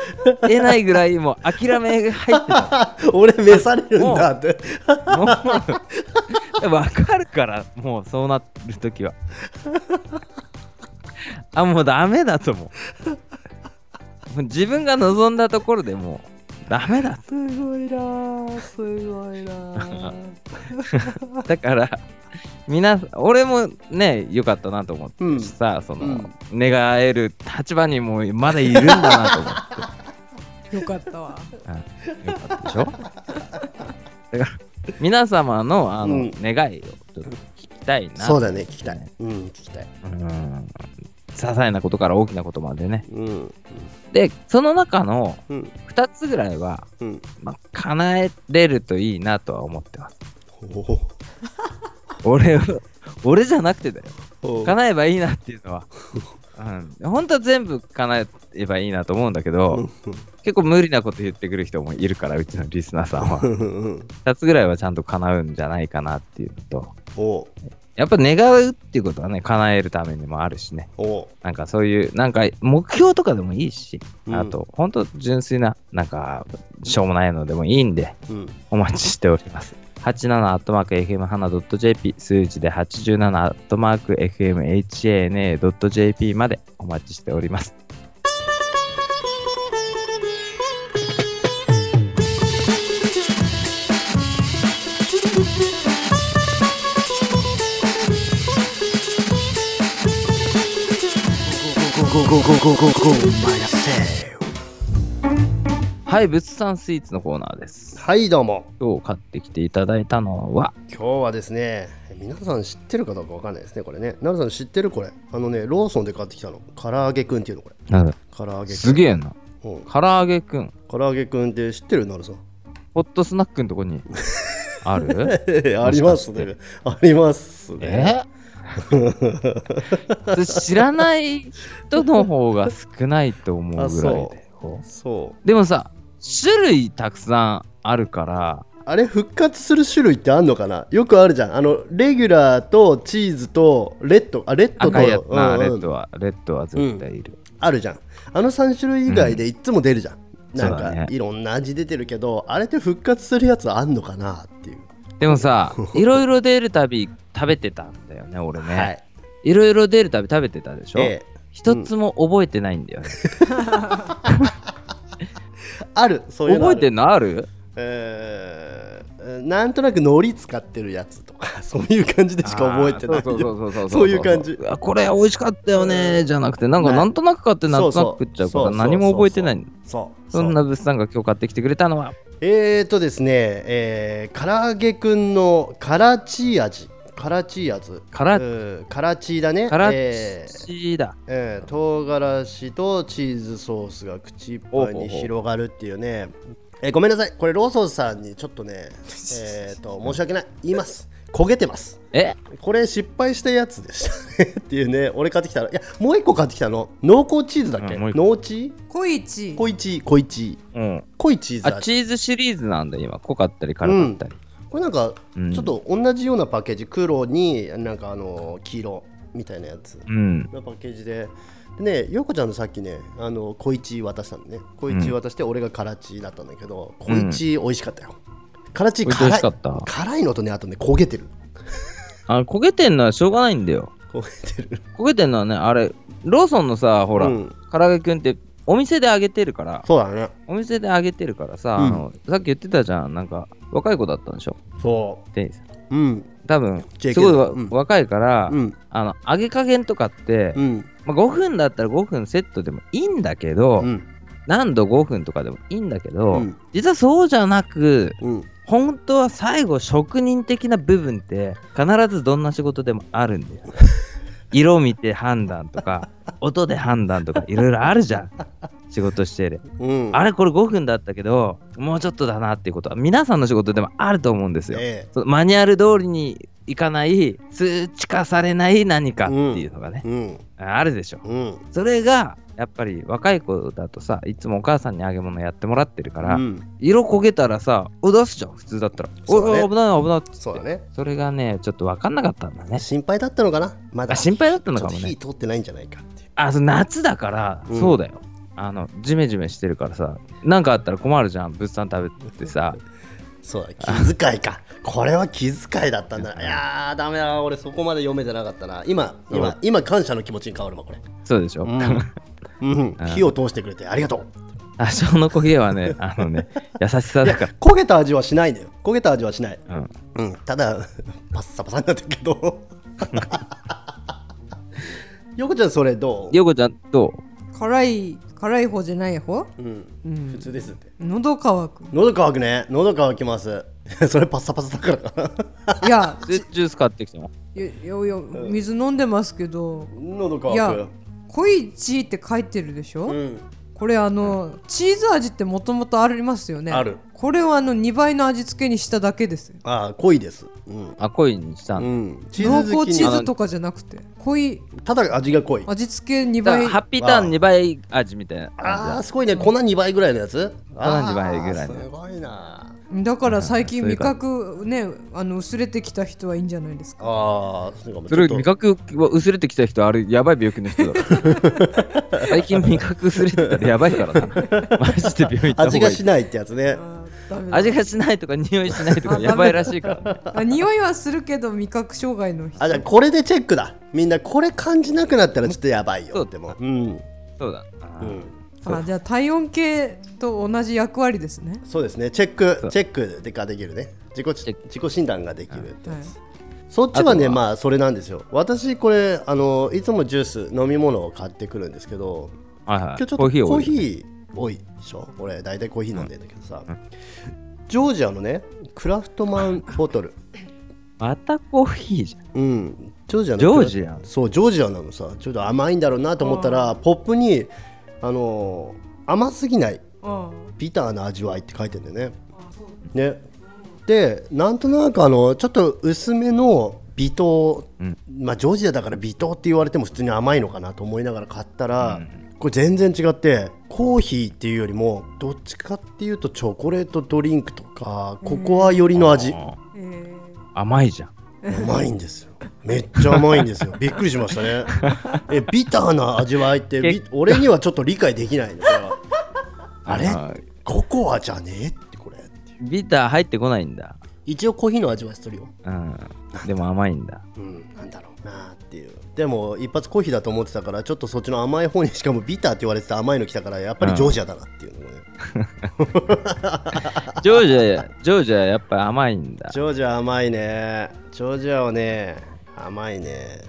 えないぐらいもう諦めが入ってた俺召されるんだってもう分かるからもうそうなるときは あもうダメだと思うもう自分が望んだところでもうダメだすごいなーすごいな ーだから、皆さん、俺もね、良かったなと思ってうんさ、その、うん願える立場にもまだいるんだなと思ってよかったわうん。よかったでしょだから、皆様のあの、うん願いをちょっと聞きたいな。そうだね聞きたいうん聞きたいうん。些細なことから大きなことまでね。うんで、その中のうん2つぐらいは、うんまあ、叶えれるといいなとは思ってます。ほほ俺を、俺じゃなくてだよ。ほ叶えばいいなっていうのは、うん、本当は全部叶えばいいなと思うんだけど、結構無理なこと言ってくる人もいるからうちのリスナーさん はうん2つぐらいはちゃんと叶うんじゃないかなっていうのとおやっぱ願うっていうことはね叶えるためにもあるしねおなんかそういうなんか目標とかでもいいし、うんあと本当純粋ななんかしょうもないのでもいいんでうんお待ちしております。87アットマーク FM 花 .jp 数字で87アットマーク FMHANA.jp までお待ちしております。ゴゴゴゴゴゴゴマイナスはい、物産スイーツのコーナーです。はいどうも今日買ってきていただいたのは、今日はですね皆さん知ってるかどうかわかんないですねこれねなるさん知ってるこれあのねローソンで買ってきたの唐揚げくんっていうのこれなんだ唐揚げくんすげえな。うん唐揚げくん、唐揚げくんって知ってるなるさんホットスナックのとこにあるええ ありますね。ありますね。 え知らない人の方が少ないと思うぐらいだよそう。でもさ、種類たくさんあるから、あれ、復活する種類ってあんのかなよくあるじゃん。あの、レギュラーとチーズとレッド、あ、レッドと。赤いやつな、うんうんレッドは、レッドは絶対いる。あるじゃんあの3種類以外でいっつも出るじゃん、なんそうか、だねいろんな味出てるけどあれって復活するやつあんのかなっていう、でもさいろいろ出るたび食べてたんだよね俺ね、 はいいろいろ出るたび食べてたでしょ、で一つも覚えてないんだよね、あるそういうのあ覚えるてんのあるえーなんとなく海苔使ってるやつとか そういう感じでしか覚えてないあーそうそうそうそうそうそういう感じあこれ美味しかったよねじゃなくてなんかないなんとなく買ってなんとなそくうそう食っちゃうかそらうそう何も覚えてないんだそうそんな物産が今日買ってきてくれたのはえーとですねえー、唐揚げくんの辛チー味辛チー味辛うん辛チーだねからえーしだ、えー唐辛子とチーズソースが口いっぱいに広がるっていうねえーごめんなさいこれローソンさんにちょっと ねえーと申し訳ない言います焦げてますえこれ失敗したやつでしたねっていうね俺買ってきたらいやもう一個買ってきたの濃厚チーズだっけうんもう一濃個チ小一ー濃いチー濃いチーうん濃いチーズあだチーズシリーズなんだ今濃かったり辛かったり、これなんかうんちょっと同じようなパッケージ黒になんかあの黄色みたいなやつうん、のパッケージででね陽子ちゃんのさっきねあの濃いチー渡したのね濃いチー渡して俺が辛チーだったんだけど濃いチー美味しかったよ辛チー美辛味いしかった辛いのとねあとね焦げてるあ焦げてんのはしょうがないんだよ焦げてる焦げてんのはねあれローソンのさほら、うん唐揚げくんってお店で揚げてるからそうだねお店で揚げてるからさ、うんあのさっき言ってたじゃんなんか若い子だったんでしょそ店員さんううん多分 JK すごいわ、だうん若いから、うんあの揚げ加減とかって、うんまあ、5分だったら5分セットでもいいんだけど、うん何度5分とかでもいいんだけど、うん実はそうじゃなくうん本当は最後職人的な部分って必ずどんな仕事でもあるんだよ 色見て判断とか音で判断とかいろいろあるじゃん仕事してるうんあれこれ5分だったけどもうちょっとだなっていうことは皆さんの仕事でもあると思うんですよ、えそのマニュアル通りにいかない数値化されない何かっていうのがねえ、うんあるでしょうんそれがやっぱり若い子だとさいつもお母さんに揚げ物やってもらってるから、うん、色焦げたらさお出すじゃん普通だったら、そうだおねい危ない危ないっつってそうだねそれがねちょっと分かんなかったんだね心配だったのかなまだあ心配だったのかもちょっとね火通ってないんじゃないかっていうあそう夏だから、うんそうだよあのジメジメしてるからさなんかあったら困るじゃん物産食べてさそうだ気遣いかこれは気遣いだったんだないやーダメだ俺そこまで読めてなかったな今う今ん今感謝の気持ちに変わるわこれそうでしょ、 うん、うん、火を通してくれてありがとう多少の焦げは ねあのね優しさいだやか焦げた味はしないのよ焦げた味はしない、ら、うん、うん、ただ パッサパサになってるけ どよこちゃんそれどう、ヨコちゃんど辛い辛い方じゃない方、うん、うん普通ですって喉乾く喉乾くね喉乾きます それパッサパサだからかない やうジュジュース買ってきてもよよよ水飲んでますけど、喉いや乾濃いチーって書いてるでしょ、くうんこれあのチーズ味ってもともとありますよねあるこれはあの2倍の味付けにしただけですよああ濃いですうん、あ恋にしたんだうん、チ濃ーズ好厚きチにーズとかじゃなくて濃いただ味が濃い味付け2だから倍ハッピーターン2倍味みたいなあ感あすごいね粉2倍ぐらいのやつ粉2倍ぐらいのすごいなだから最近そうい味う感覚ねあの薄れてきた人はいいんじゃないですかあーそうかもじそれちょっ味と覚は薄れてきた人あれやばい病気の人だから 最近味覚薄れてたらやばいからなマジで病院行った方が味がいいしないってやつねあーダメだ味がしないとか匂いしないとかやばいらしいからね あ匂いはするけど味覚障害の人あじゃあこれでチェックだみんなこれ感じなくなったらちょっとやばいよってもうん、そうだあうーん、あじゃあ体温計と同じ役割ですねそうですねチェックそうチェックでかできるね自己チェッ自己診断ができるってやつ、はそっちはねあとはまあそれなんですよ私これあのいつもジュース飲み物を買ってくるんですけどはいは今い日ちょっとココーヒーー多ヒいー多いでしょ俺大体コーヒー飲んでんだけどさ、ジョージアのねクラフトマンボトルまたコーヒーじゃんうんジョージアのジョージアンそうジョージアなのさちょっと甘いんだろうなと思ったらポップにあのー甘すぎないあビターな味わいって書いてんだよねねでなんとなくあのちょっと薄めの微糖、うんまあジョージアだから微糖って言われても普通に甘いのかなと思いながら買ったら、これ全然違ってコーヒーっていうよりもどっちかっていうとチョコレートドリンクとかココア寄りの味、あーえー甘いじゃんうまいんですよめっちゃ甘いんです よびっくりしましたねえビターな味わいってび俺にはちょっと理解できないんだからあれーココアじゃねえってこれビター入ってこないんだ。一応コーヒーの味はするようん。でも甘いん だ。うんなんだろうなーっていうでも一発コーヒーだと思ってたからちょっとそっちの甘い方にしかもビターって言われてた甘いの来たからやっぱりジョージアだなっていうのもね、ジョージア、ジョージアやっぱり甘いんだ。ジョージア甘いねジョージアはね甘いね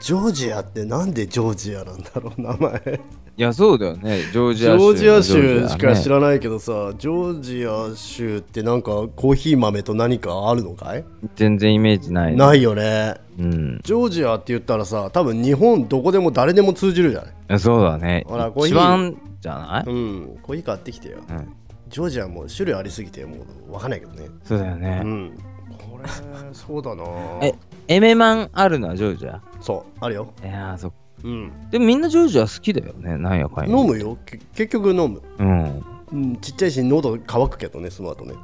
ジョージアってなんでジョージアなんだろう名前いや、そうだよね。ジョージジアョ州ーのジア州しか知ジョージアねらないけどさ、ジョージア州ってなんかコーヒー豆と何かあるのかい全然イメージない。ないよね。うん。ジョージアって言ったらさ、多分日本どこでも誰でも通じるじゃない。そうだね。ほらコーヒ一ー番じゃなういん、コーヒー買ってきてよ。うん。ジョージアも種類ありすぎてもうわかんないけどね。そうだようね。ん、これ、そうだなえ、エメマンあるのはジョージアそう、あるよ。いやー、そっうん、でもみんなジョージア好きだよね。なんやかんや。飲むよ、け結局飲む。うん。うん、ちっちゃいし喉乾くけどね、その後ね。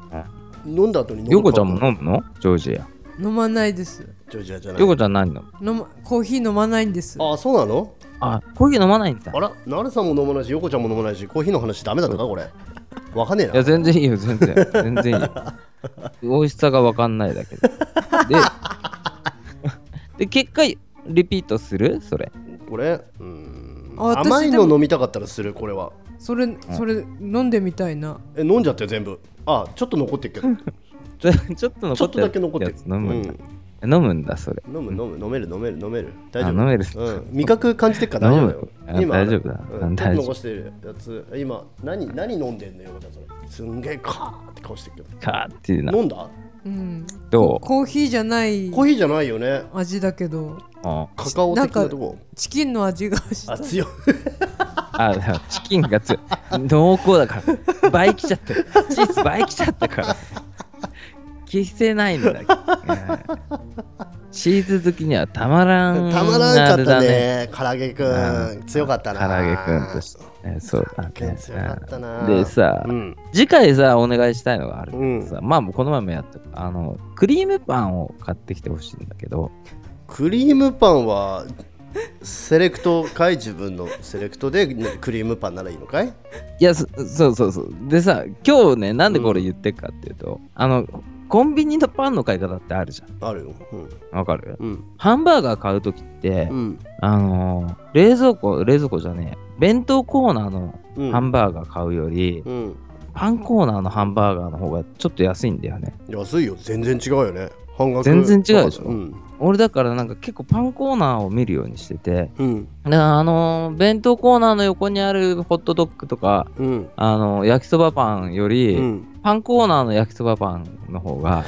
飲んだ後に喉ヨ乾くコちゃんも飲むのジョージア。飲まないですジョージアじゃなヨコい。ちゃん何飲む飲、ま、コーヒー飲まないんですあ、そうなのあ、コーヒー飲まないんだ。あら、なるさんも飲まないし、横ちゃんも飲まないし、コーヒーの話ダメだったか、これ。わかんねいえやな。全然いいよ全 然全然いいよ美味しさが分かんないだけで でで結果リピートするそれこれ、うーんあ私甘いでのも飲みたかったらする、これは。それそれ飲んでみたいなえ、飲んじゃって全部。あ、ちょっと残ってるけど。ちょちょっとちょ残っってとだけ残ってやるつ。う飲むんだん、飲むんだそれ飲む、飲む、飲める、飲める、飲める。大丈あ飲める夫。うん、味覚感じてっから大丈夫だよ飲。む今、あ大丈夫だうん、ちょっ大と丈夫残してるやつ。今、何、何飲んでんの、横ちゃん、それ。すんげえ、カーって顔してるけかーっていうなど。飲んだうんどうコーヒーじゃないコーヒーじゃないよね。味だけどあカカオ的なとこ。チキンの味がしたあ、強い。あだからチキンがつ濃厚だから倍きちゃってるチーズ倍きちゃったから消せないんだ、うんチーズ好きにはたまらんたまらんかあれっただね、唐揚げくうんん、強かったな。唐揚げくんとして、ね、そうだ唐揚げねくん強かったな。でさ、うん、次回さお願いしたいのがあるうんだけどさ、まあもうこの前もやったあのクリームパンを買ってきてほしいんだけどクリームパンは、セレクトかい自分のセレクトでねクリームパンならいいのかいいやそそうそうそうでさ今日ねなんでこれ言ってっかっていうと、あのコンビニのパンの買い方ってあるじゃあるよ。うんんわかるうんハンバーガー買う時って、うんあのー冷蔵庫冷蔵庫じゃねえ弁当コーナーのうんハンバーガー買うより、うん、パンコーナーのハンバーガーの方がちょっと安いんだよね安いよ、全然違うよね。半額全然違うでしょうん俺だからなんか結構パンコーナーを見るようにしててうんであのー弁当コーナーの横にあるホットドッグとかうんあのー焼きそばパンより、うん、パンコーナーの焼きそばパンの方が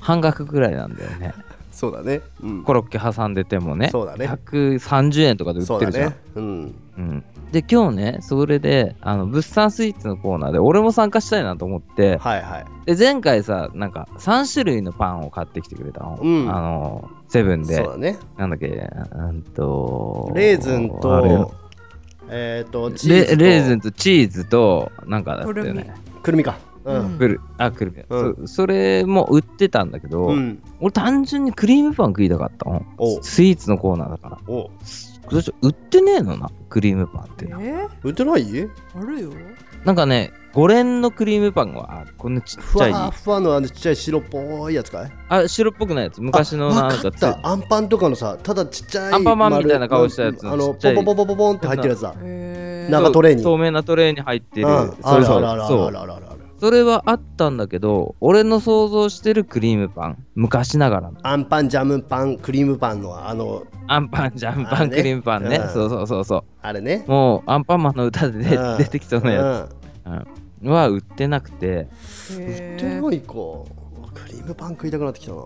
半額ぐらいなんだよねそうだね。うんコロッケ挟んでてもねそうだね130円とかで売そっうてだるじゃんね。うんうん、で今日ねそれであの物産スイーツのコーナーで俺も参加したいなと思ってはいはでい。前回さなんか3種類のパンを買ってきてくれたの、うんあのーセブンそでうだね。なんだっけ、うんと、レーズンあれよと、えっと、チーレズとレーズンとチーズと、なんかだったよね。くるみか。うん。くるあ、くるみ、うそ。それも売ってたんだけど、うん。俺単純にクリームパン食いたかったの。おスイーツのコーナーだから。おどうしよう売ってねえのな、クリームパンっえていうのは。ー、売ってないあるよなんかね、5連のクリームパンが、あこんなちっふちゃい。わふわのあのちっちゃい白っぽいやつかいあ、白っぽくないやつ。昔のあわなんかかっつ、たアンパンとかのさただちっちゃいアンパンマン丸みたいな顔したやつあちのっちゃポいポポポポポンって入ってるやつだえー、なんかトレーに透明なトレーに入ってうる。んあるあるあるそうあるあるあるあるそれはあったんだけど俺の想像してるクリームパン昔ながらのアンパンジャムパンクリームパンのあのアンパンジャンあパれンねクリームパンねうんそうそうそうそあれねうもうアンパンマンの歌で出うん出てきそうなやつは売ってなくてうん売えってーないかクリームパン食いたくなってきたな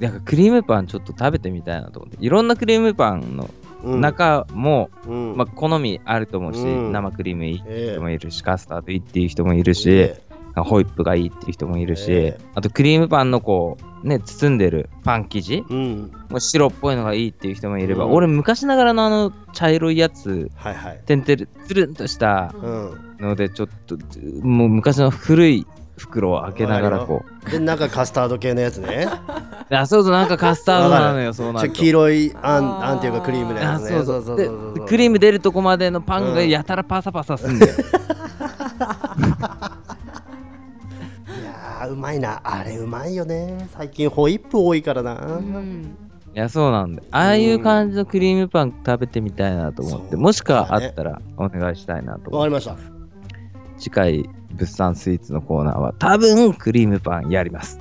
だからクリームパンちょっと食べてみたいなと思っていろんなクリームパンのうん中も、うんまあ、好みあると思うし、うん生クリームいいっていうえ人えもいるしカスタードいいっていう人もいるし、えホイップがいいっていう人もいるし、ええあとクリームパンのこうね包んでるパン生地、えうんもう白っぽいのがいいっていう人もいれば、うん俺昔ながらのあの茶色いやつはいはいてんてるつるんとしたうんのでちょっともう昔の古い袋を開けながらこで中カスタード系のや つねうあそうそうなんかカスタードなのよそうなちるょと黄色いああんーあんっていうかクリームのやあつねそうそうでクーリーム出るとこまでのパンがやたらパサパサすんだよ、ムいやーうまいなあれうまいよね最近ホイップ多いからな、うんいやそうなんだよああいう感じのクリームパン食べてみたいなと思って、そうもしかあったらお願いしたいなとわ思かっりてました次回物産スイーツのコーナーは多分クリームパンやります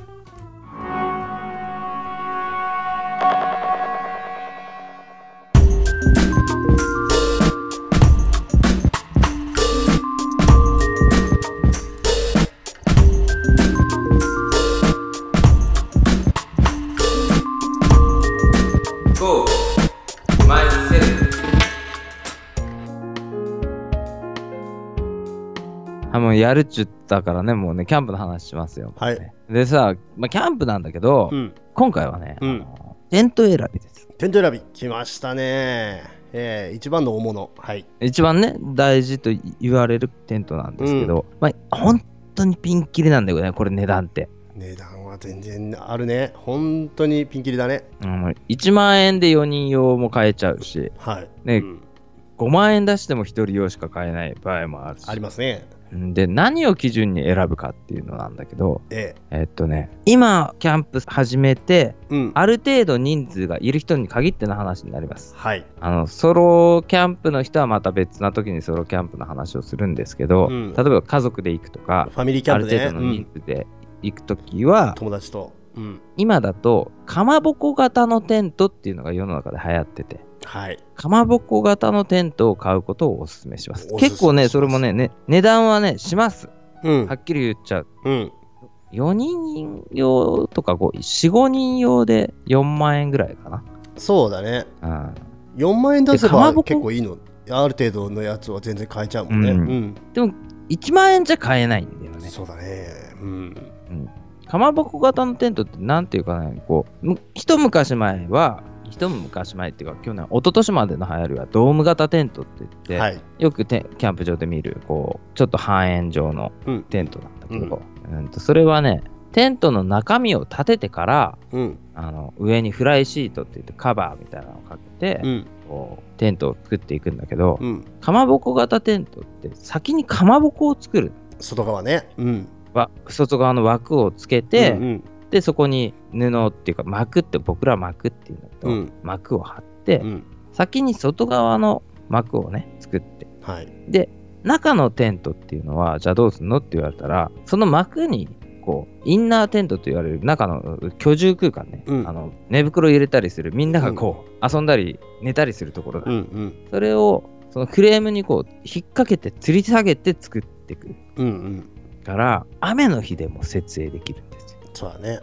あもうやるっちゅったからねもうねキャンプの話しますよはいでさ、まあ、キャンプなんだけど、うん今回はね、うんあのテント選びですテント選び来ましたねえー、一番の大物はい一番ね大事と言われるテントなんですけど、まあ本当にピンキリなんだよねこれ値段って、値段は全然あるね本当にピンキリだねうん、1万円で4人用も買えちゃうしはいねうん5万円出しても1人用しか買えない場合もあるしありますねうんで何を基準に選ぶかっていうのなんだけどええっとね今キャンプ始めてえうんある程度人数がいる人に限っての話になりますはいあのソロキャンプの人はまた別な時にソロキャンプの話をするんですけど、うん例えば家族で行くとか、ファミリーキャあンるプね程度のうん人、数で行く時は、友達とうん今だとかまぼこ型のテントっていうのが世の中で流行っててはいかまぼこ型のテントを買うことをお勧めしますおすすめ結構しまねすそれもねね値段はねしますうんはっきり言っちゃううん4人用とか45人用で4万円ぐらいかそうだねな、うん、 4万円出せでかまばぼこ結構いいのある程度のやつは全然買えちゃうもんね、ううんん1万円じゃ買えないんだよねそうだねうんかまぼこ型のテントってなんていうかねこうむ一昔前は一昔前っていうか去年一昨年までの流行りはドーム型テントって言って、はいよくてキャンプ場で見るこうちょっと半円状のうんテントなんだけど、うんとそれはねテントの中身を立ててからうんあの上にフライシートって言ってカバーみたいなのをかけて、うんこうテントを作っていくんだけど、うんかまぼこ型テントって先にかまぼこを作る外側ねうんわ外側の枠をつけて、うんうんでそこに布っていうか膜って僕らは膜っていうんだけど、うん膜を張って、うん先に外側の膜をね作ってはいで中のテントっていうのはじゃあどうすんのって言われたらその膜にこうインナーテントと言われる中の居住空間ね、うんあの寝袋入れたりするみんながこう、遊んだり寝たりするところだ、うんうんそれをそのフレームにこう引っ掛けて吊り下げて作っていくうんうんから雨の日でも設営できるんですよそうだね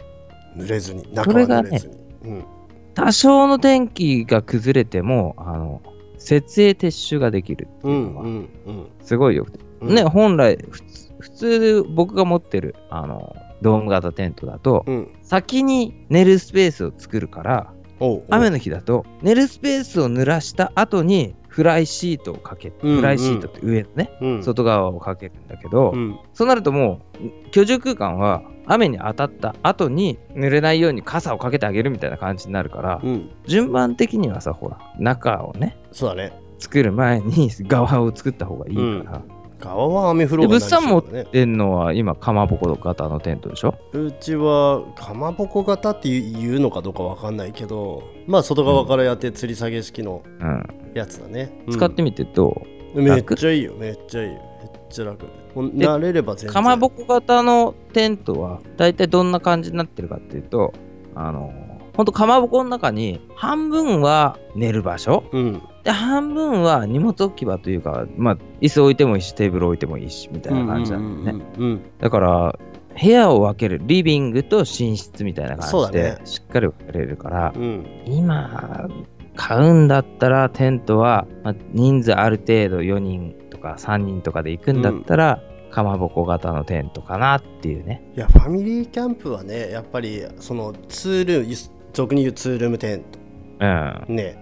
濡れずに中は濡れずに、うん多少の天気が崩れてもあの設営撤収ができるってういうのんはうんうんすごいよくて、うんね本来普通普通僕が持ってるあのドーム型テントだと、うん先に寝るスペースを作るからおうおう雨の日だと寝るスペースを濡らした後にフライシートをかけて、うんうんフライシートって上のね、うん外側をかけるんだけど、うんそうなるともう居住空間は雨に当たった後に濡れないように傘をかけてあげるみたいな感じになるから、うん順番的にはさほら中をねそうだね作る前に側を作った方がいいから、側は雨降でろうが物産持っねてんのは今かまぼこ型のテントでしょうちはかまぼこ型っていうのかどうかわかんないけどまあ外側からやって吊り下げ式のうん、やつだね、使ってみみてどめっちゃいいよめっちゃいいよめっちゃ楽もうで慣れれば全う然かまぼこ型のテントは大体どんな感じになってるかっていうとあのほんとかまぼこの中に半分は寝る場所うんで半分は荷物置き場というか、まあ、椅子置いてもいいしテーブル置いてもいいしみたいな感じなんだよね、うんうんだから部屋を分けるリビングと寝室みたいなそう感だじでねしっかり分けれるから、うんうん今買うんだったらテントは、まあ、人数ある程度4人とか3人とかで行くんだったら、かまぼこ型のテントかなっていうねいやファミリーキャンプはねやっぱりそのツールーム俗に言うツールームテントうん、ね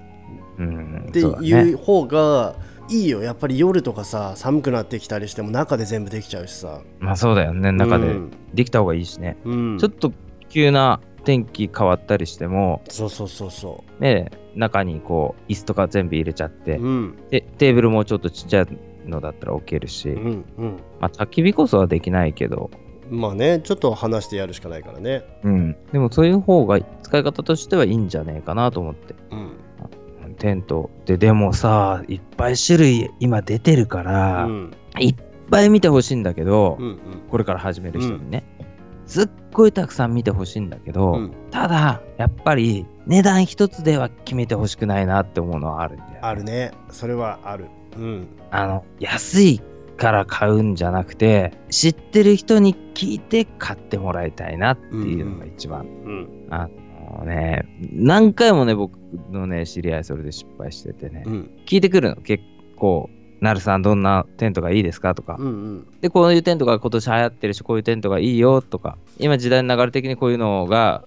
うん、ってそうだいねう方がいいよやっぱり夜とかさ寒くなってきたりしても中で全部できちゃうしさまあそうだよね中うでんできた方がいいしね、うんちょっと急な天気変わったりしてもそうそうそうそね中にこう椅子とか全部入れちゃって、ううんでテーブルもちょっとちっちゃいのだったら置けるし、うんうんまあ、焚き火こそはできないけど、まあねちょっと話してやるしかないからねうん、でもそういう方が使い方としてはいいんじゃねえかなと思ってうんテントででもさいっぱい種類今出てるかうら、いっんぱい見てほしいんだけど、うんうんこれから始める人にね、すっごいたくさん見てほしいんだけど、うんただやっぱり値段一つでは決めてほしくないなって思うのはあるんだよね、あるねそれはあるうんあの安いから買うんじゃなくて知ってる人に聞いて買ってもらいたいなっていうのが一番、うんあのね何回もね僕のね知り合いそれで失敗しててね、うん聞いてくるの結構「なるさんどんなテントがいいですか?」とか、うんうんでこういうテントが今年流行ってるしこういうテントがいいよとか今時代の流れ的にこういうのが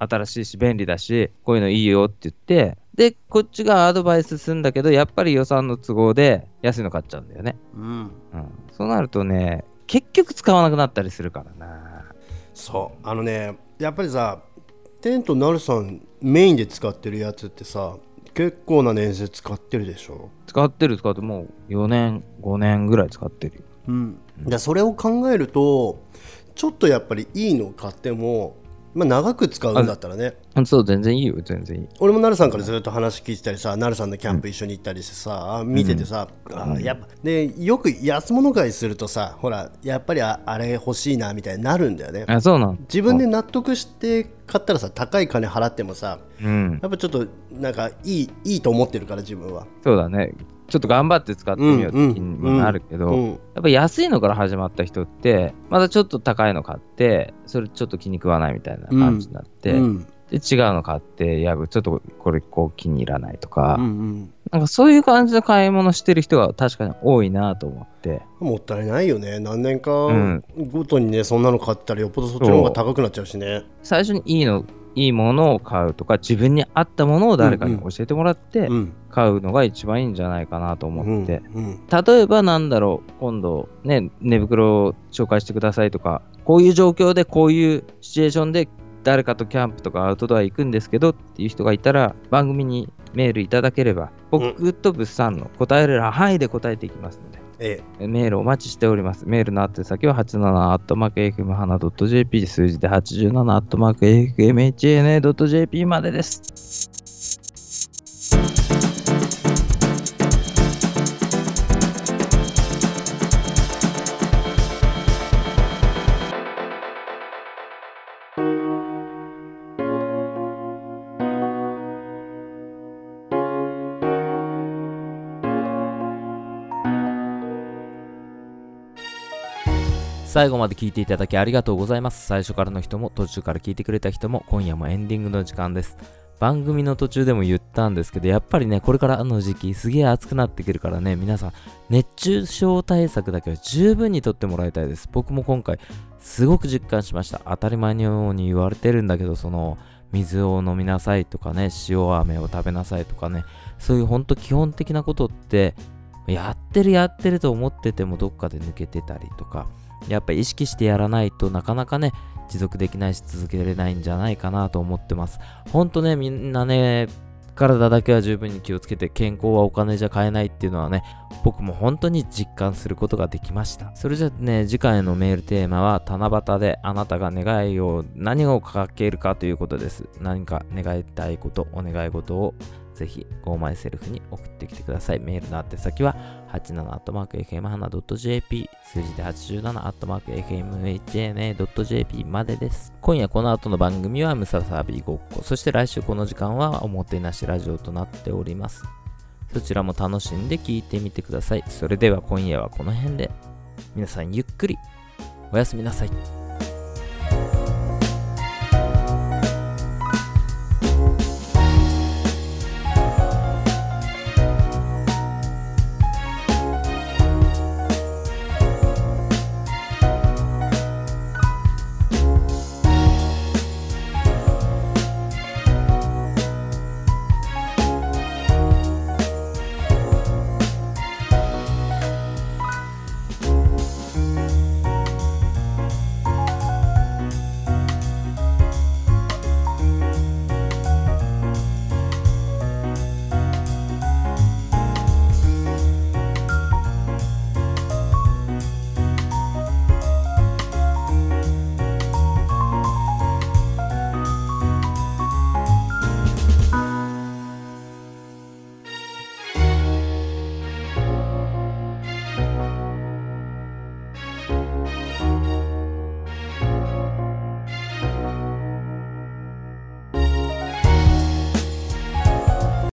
新しいし便利だしこういうのいいよって言ってでこっちがアドバイスするんだけどやっぱり予算の都合で安いの買っちゃうんだよね、うんうん、そうなるとね結局使わなくなったりするからなそうあのねやっぱりさテントなるさんメインで使ってるやつってさ結構な年数使ってるでしょ使ってる使ってもう4年5年ぐらい使ってるようん、でそれを考えるとちょっとやっぱりいいのを買っても、まあ、長く使うんだったらねうんそう全然いいよ全然いい俺もなるさんからずっと話聞いてたりさなるさんのキャンプ一緒に行ったりしてさ、見ててさ、あーやっぱでよく安物買いするとさほらやっぱりああれ欲しいなみたいになるんだよねあそうなん自分で納得して買ったらさ高い金払ってもさうんやっぱちょっとなんかいいいいと思ってるから自分はそうだねちょっと頑張って使ってみようって気にもなるけど、うんやっぱ安いのから始まった人って、またちょっと高いの買って、それちょっと気に食わないみたいな感じになって、うんで、違うの買って、いや、ちょっとこれこう気に入らないとか、うんうんなんかそういう感じの買い物してる人が確かに多いなと思って、もったいないよね何年かうんごとにねそんなの買ったらよっぽどそっちの方が高くなっちゃうしね最初にいいの、いいものを買うとか、自分に合ったものを誰かに教えてもらってう、ん買うのが一番いいんじゃないかなと思って、うん例えばなんだろう今度ね寝袋を紹介してくださいとかこういう状況でこういうシチュエーションで誰かとキャンプとかアウトドア行くんですけどっていう人がいたら番組にメールいただければ僕と物産の答える範囲で答えていきますので。えメールお待ちしております。メールの宛先は 87-fmhana.jp 数字で 87-fmhana.jp までです。最後まで聞いていただきありがとうございます。最初からの人も途中から聞いてくれた人も今夜もエンディングの時間です。番組の途中でも言ったんですけど、やっぱりね、これからの時期すげえ暑くなってくるからね、皆さん熱中症対策だけは十分にとってもらいたいです。僕も今回すごく実感しました。当たり前のように言われてるんだけど、その水を飲みなさいとかね、塩飴を食べなさいとかね、そういうほんと基本的なことって、やってるやってると思っててもどっかで抜けてたりとか、やっぱ意識してやらないとなかなかね、持続できないし続けられないんじゃないかなと思ってます。ほんとね、みんなね、体だけは十分に気をつけて健康はお金じゃ買えないっていうのはね、僕も本当に実感することができました。それじゃあね、次回のメールテーマは七夕であなたが願いを何をかけるかということです。何か願いたいこと、お願い事をぜひ Go My Self に送ってきてください。メールの宛先は 87-fmhana.jp 数字で 87-fmhna.jp までです。今夜この後の番組はムササビごっこ、そして来週この時間はおもてなしラジオとなっております。そちらも楽しんで聞いてみてください。それでは今夜はこの辺で、皆さんゆっくりおやすみなさい。